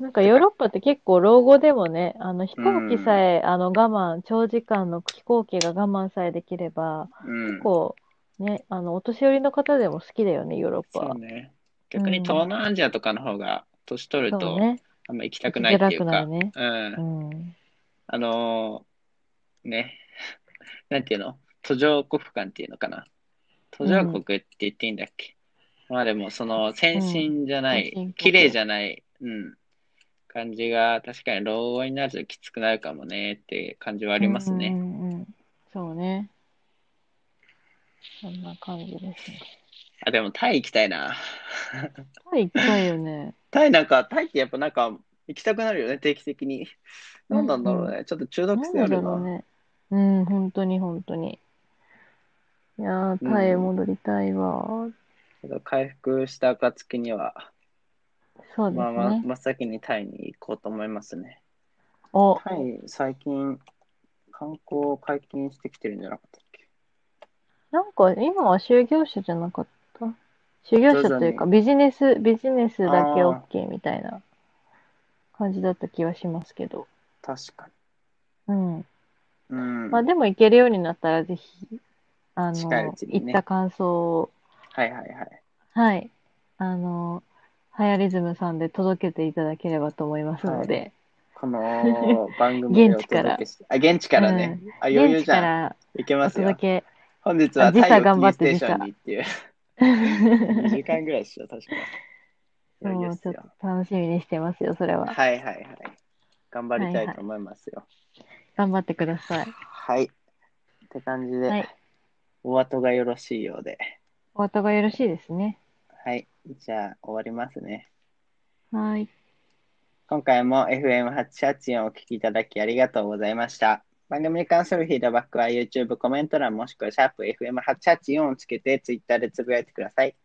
Speaker 2: なんかヨーロッパって結構老後でもね、あの飛行機さえ、あの我慢、長時間の飛行機が我慢さえできれば、
Speaker 1: うん
Speaker 2: 結。構ね、あのお年寄りの方でも好きだよね、ヨーロッパ
Speaker 1: そ
Speaker 2: は
Speaker 1: う。ね。逆に東南アジアとかの方が、年取る
Speaker 2: そう
Speaker 1: と、
Speaker 2: ね。
Speaker 1: あんま行きたくないっていうか、
Speaker 2: 行きづらくなるね
Speaker 1: うん。
Speaker 2: うん。
Speaker 1: あのーね、 なんていうの途上国間っていうのかな。途上国って言っていいんだっけ、まあでも、その、先進じゃな
Speaker 2: うん先進
Speaker 1: い
Speaker 2: 国、
Speaker 1: 綺麗じゃない、うん、感じが、確かに老後になるときつくなるかもねって感じはあ
Speaker 2: あ
Speaker 1: りますね。
Speaker 2: うんうんうん、そうね。そんな感じですね。
Speaker 1: あ、でもタイ行きたいな。
Speaker 2: タイ行きたいよね。
Speaker 1: タイなんか、タイってやっぱなんか、行きたくなるよね、定期的に。なんなんだろうね。ちょっと中毒
Speaker 2: な
Speaker 1: 性
Speaker 2: んで
Speaker 1: あ
Speaker 2: だ
Speaker 1: る
Speaker 2: ろう
Speaker 1: な。
Speaker 2: ね。うん、本当に本当に。いやー、タイへ戻りたいわ。
Speaker 1: けど回復した暁には、
Speaker 2: そうです
Speaker 1: まあまあ、
Speaker 2: ね。
Speaker 1: 真っ先にタイに行こうと思いますね。
Speaker 2: お、
Speaker 1: タイ、最近、観光解禁してきてるんじゃなかったっけ
Speaker 2: なんか今は就業者じゃなかった就業者というかビジネス、ビジネスだけ OK みたいな感じだった気はしますけど。
Speaker 1: 確か
Speaker 2: うん。
Speaker 1: に。うん。
Speaker 2: まあでも行けるようになったらぜひ、あの、
Speaker 1: 近いうちに
Speaker 2: 行
Speaker 1: ね
Speaker 2: った感想を、
Speaker 1: はいはいはい。
Speaker 2: はい、あの、ハヤリズムさんで届けていただければと思いますので、
Speaker 1: こ の番組でお届けして。あ、現地からね。あ、余裕
Speaker 2: 現地
Speaker 1: じゃ
Speaker 2: か
Speaker 1: ん。
Speaker 2: ら
Speaker 1: 行け
Speaker 2: お
Speaker 1: ますよ
Speaker 2: 届。け、
Speaker 1: 本日は
Speaker 2: あ時差
Speaker 1: タイを
Speaker 2: 頑張っ
Speaker 1: キー
Speaker 2: て
Speaker 1: ステーションにっていう。2時間ぐらいっしょ、確かに。いやいい
Speaker 2: も
Speaker 1: で
Speaker 2: う
Speaker 1: す
Speaker 2: ちょっ
Speaker 1: よ。
Speaker 2: と楽しみにしてますよ、それは。
Speaker 1: はいはいはい。頑張りたいと思いますよ。
Speaker 2: 頑張ってください。
Speaker 1: はい。って感じで、
Speaker 2: はい
Speaker 1: お後がよろしいようで。
Speaker 2: お後がよろしいですね。
Speaker 1: はい。じゃあ、終わりますね。
Speaker 2: はい。
Speaker 1: 今回も FM884 をお聞きいただきありがとうございました。番組に関するフィードバックは YouTube コメント欄もしくはシャープ f m 8 8 4をつけて Twitter でつぶやいてください。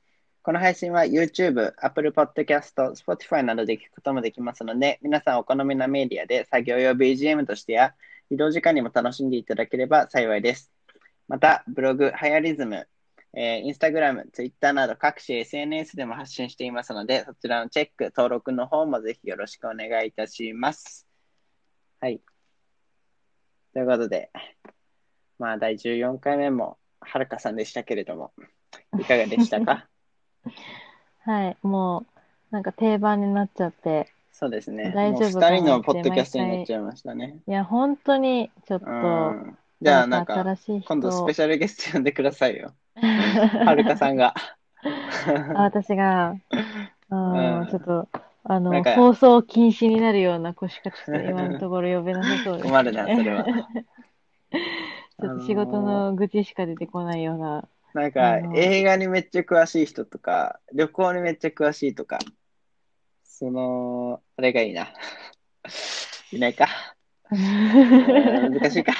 Speaker 1: この配信は YouTube、Apple Podcast、Spotify などで聞くこともできますので、皆さんお好みのメディアで作業用 BGM としてや移動時間にも楽しんでいただければ幸いです。また、ブログ、ハイアリズム、えー、インスタグラム、ツイッターなど各種 SNS でも発信していますので、そちらのチェック、登録の方もぜひよろしくお願いいたします。はい。ということで、まあ、第14回目も、はるかさんでしたけれども、いかがでした か
Speaker 2: はい。もう、なんか定番になっちゃって、
Speaker 1: そうですね。
Speaker 2: 大
Speaker 1: もう
Speaker 2: 丈夫か
Speaker 1: 2
Speaker 2: な
Speaker 1: 人のポッドキャストになっちゃいましたね。
Speaker 2: いや、本当に、ちょっと、
Speaker 1: うん。じゃあ、なんか、
Speaker 2: 新しい人
Speaker 1: 今度スペシャルゲスト呼んでくださいよ。は
Speaker 2: は
Speaker 1: るかさんが。
Speaker 2: あ私が、うん
Speaker 1: うん
Speaker 2: ちょっと、
Speaker 1: な
Speaker 2: あの、
Speaker 1: んか
Speaker 2: 放送禁止になるような子しかちょっと今のところ呼べなさそうです。
Speaker 1: 困るな、それは。
Speaker 2: ちょっと仕事の愚痴しか出てこないような。
Speaker 1: なんか
Speaker 2: あの
Speaker 1: 映画にめっちゃ詳しい人とか、旅行にめっちゃ詳しいとか、その、あれがいいな。 いないか。うん難 しいか。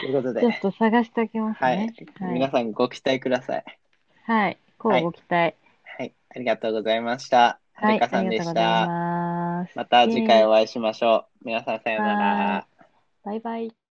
Speaker 1: ということで、
Speaker 2: ちょっと探しておきます
Speaker 1: はい
Speaker 2: ね。はい。
Speaker 1: 皆さんご期待ください。
Speaker 2: はい。こうご期待。
Speaker 1: はい、ありがとうございました。は
Speaker 2: は
Speaker 1: る
Speaker 2: い。
Speaker 1: かさ
Speaker 2: あ
Speaker 1: ん
Speaker 2: り
Speaker 1: で
Speaker 2: がと
Speaker 1: し
Speaker 2: うござい
Speaker 1: た。
Speaker 2: ます。
Speaker 1: また次回
Speaker 2: は。
Speaker 1: お会いしましょう。皆さんさような
Speaker 2: は
Speaker 1: ら
Speaker 2: い。バイバイ。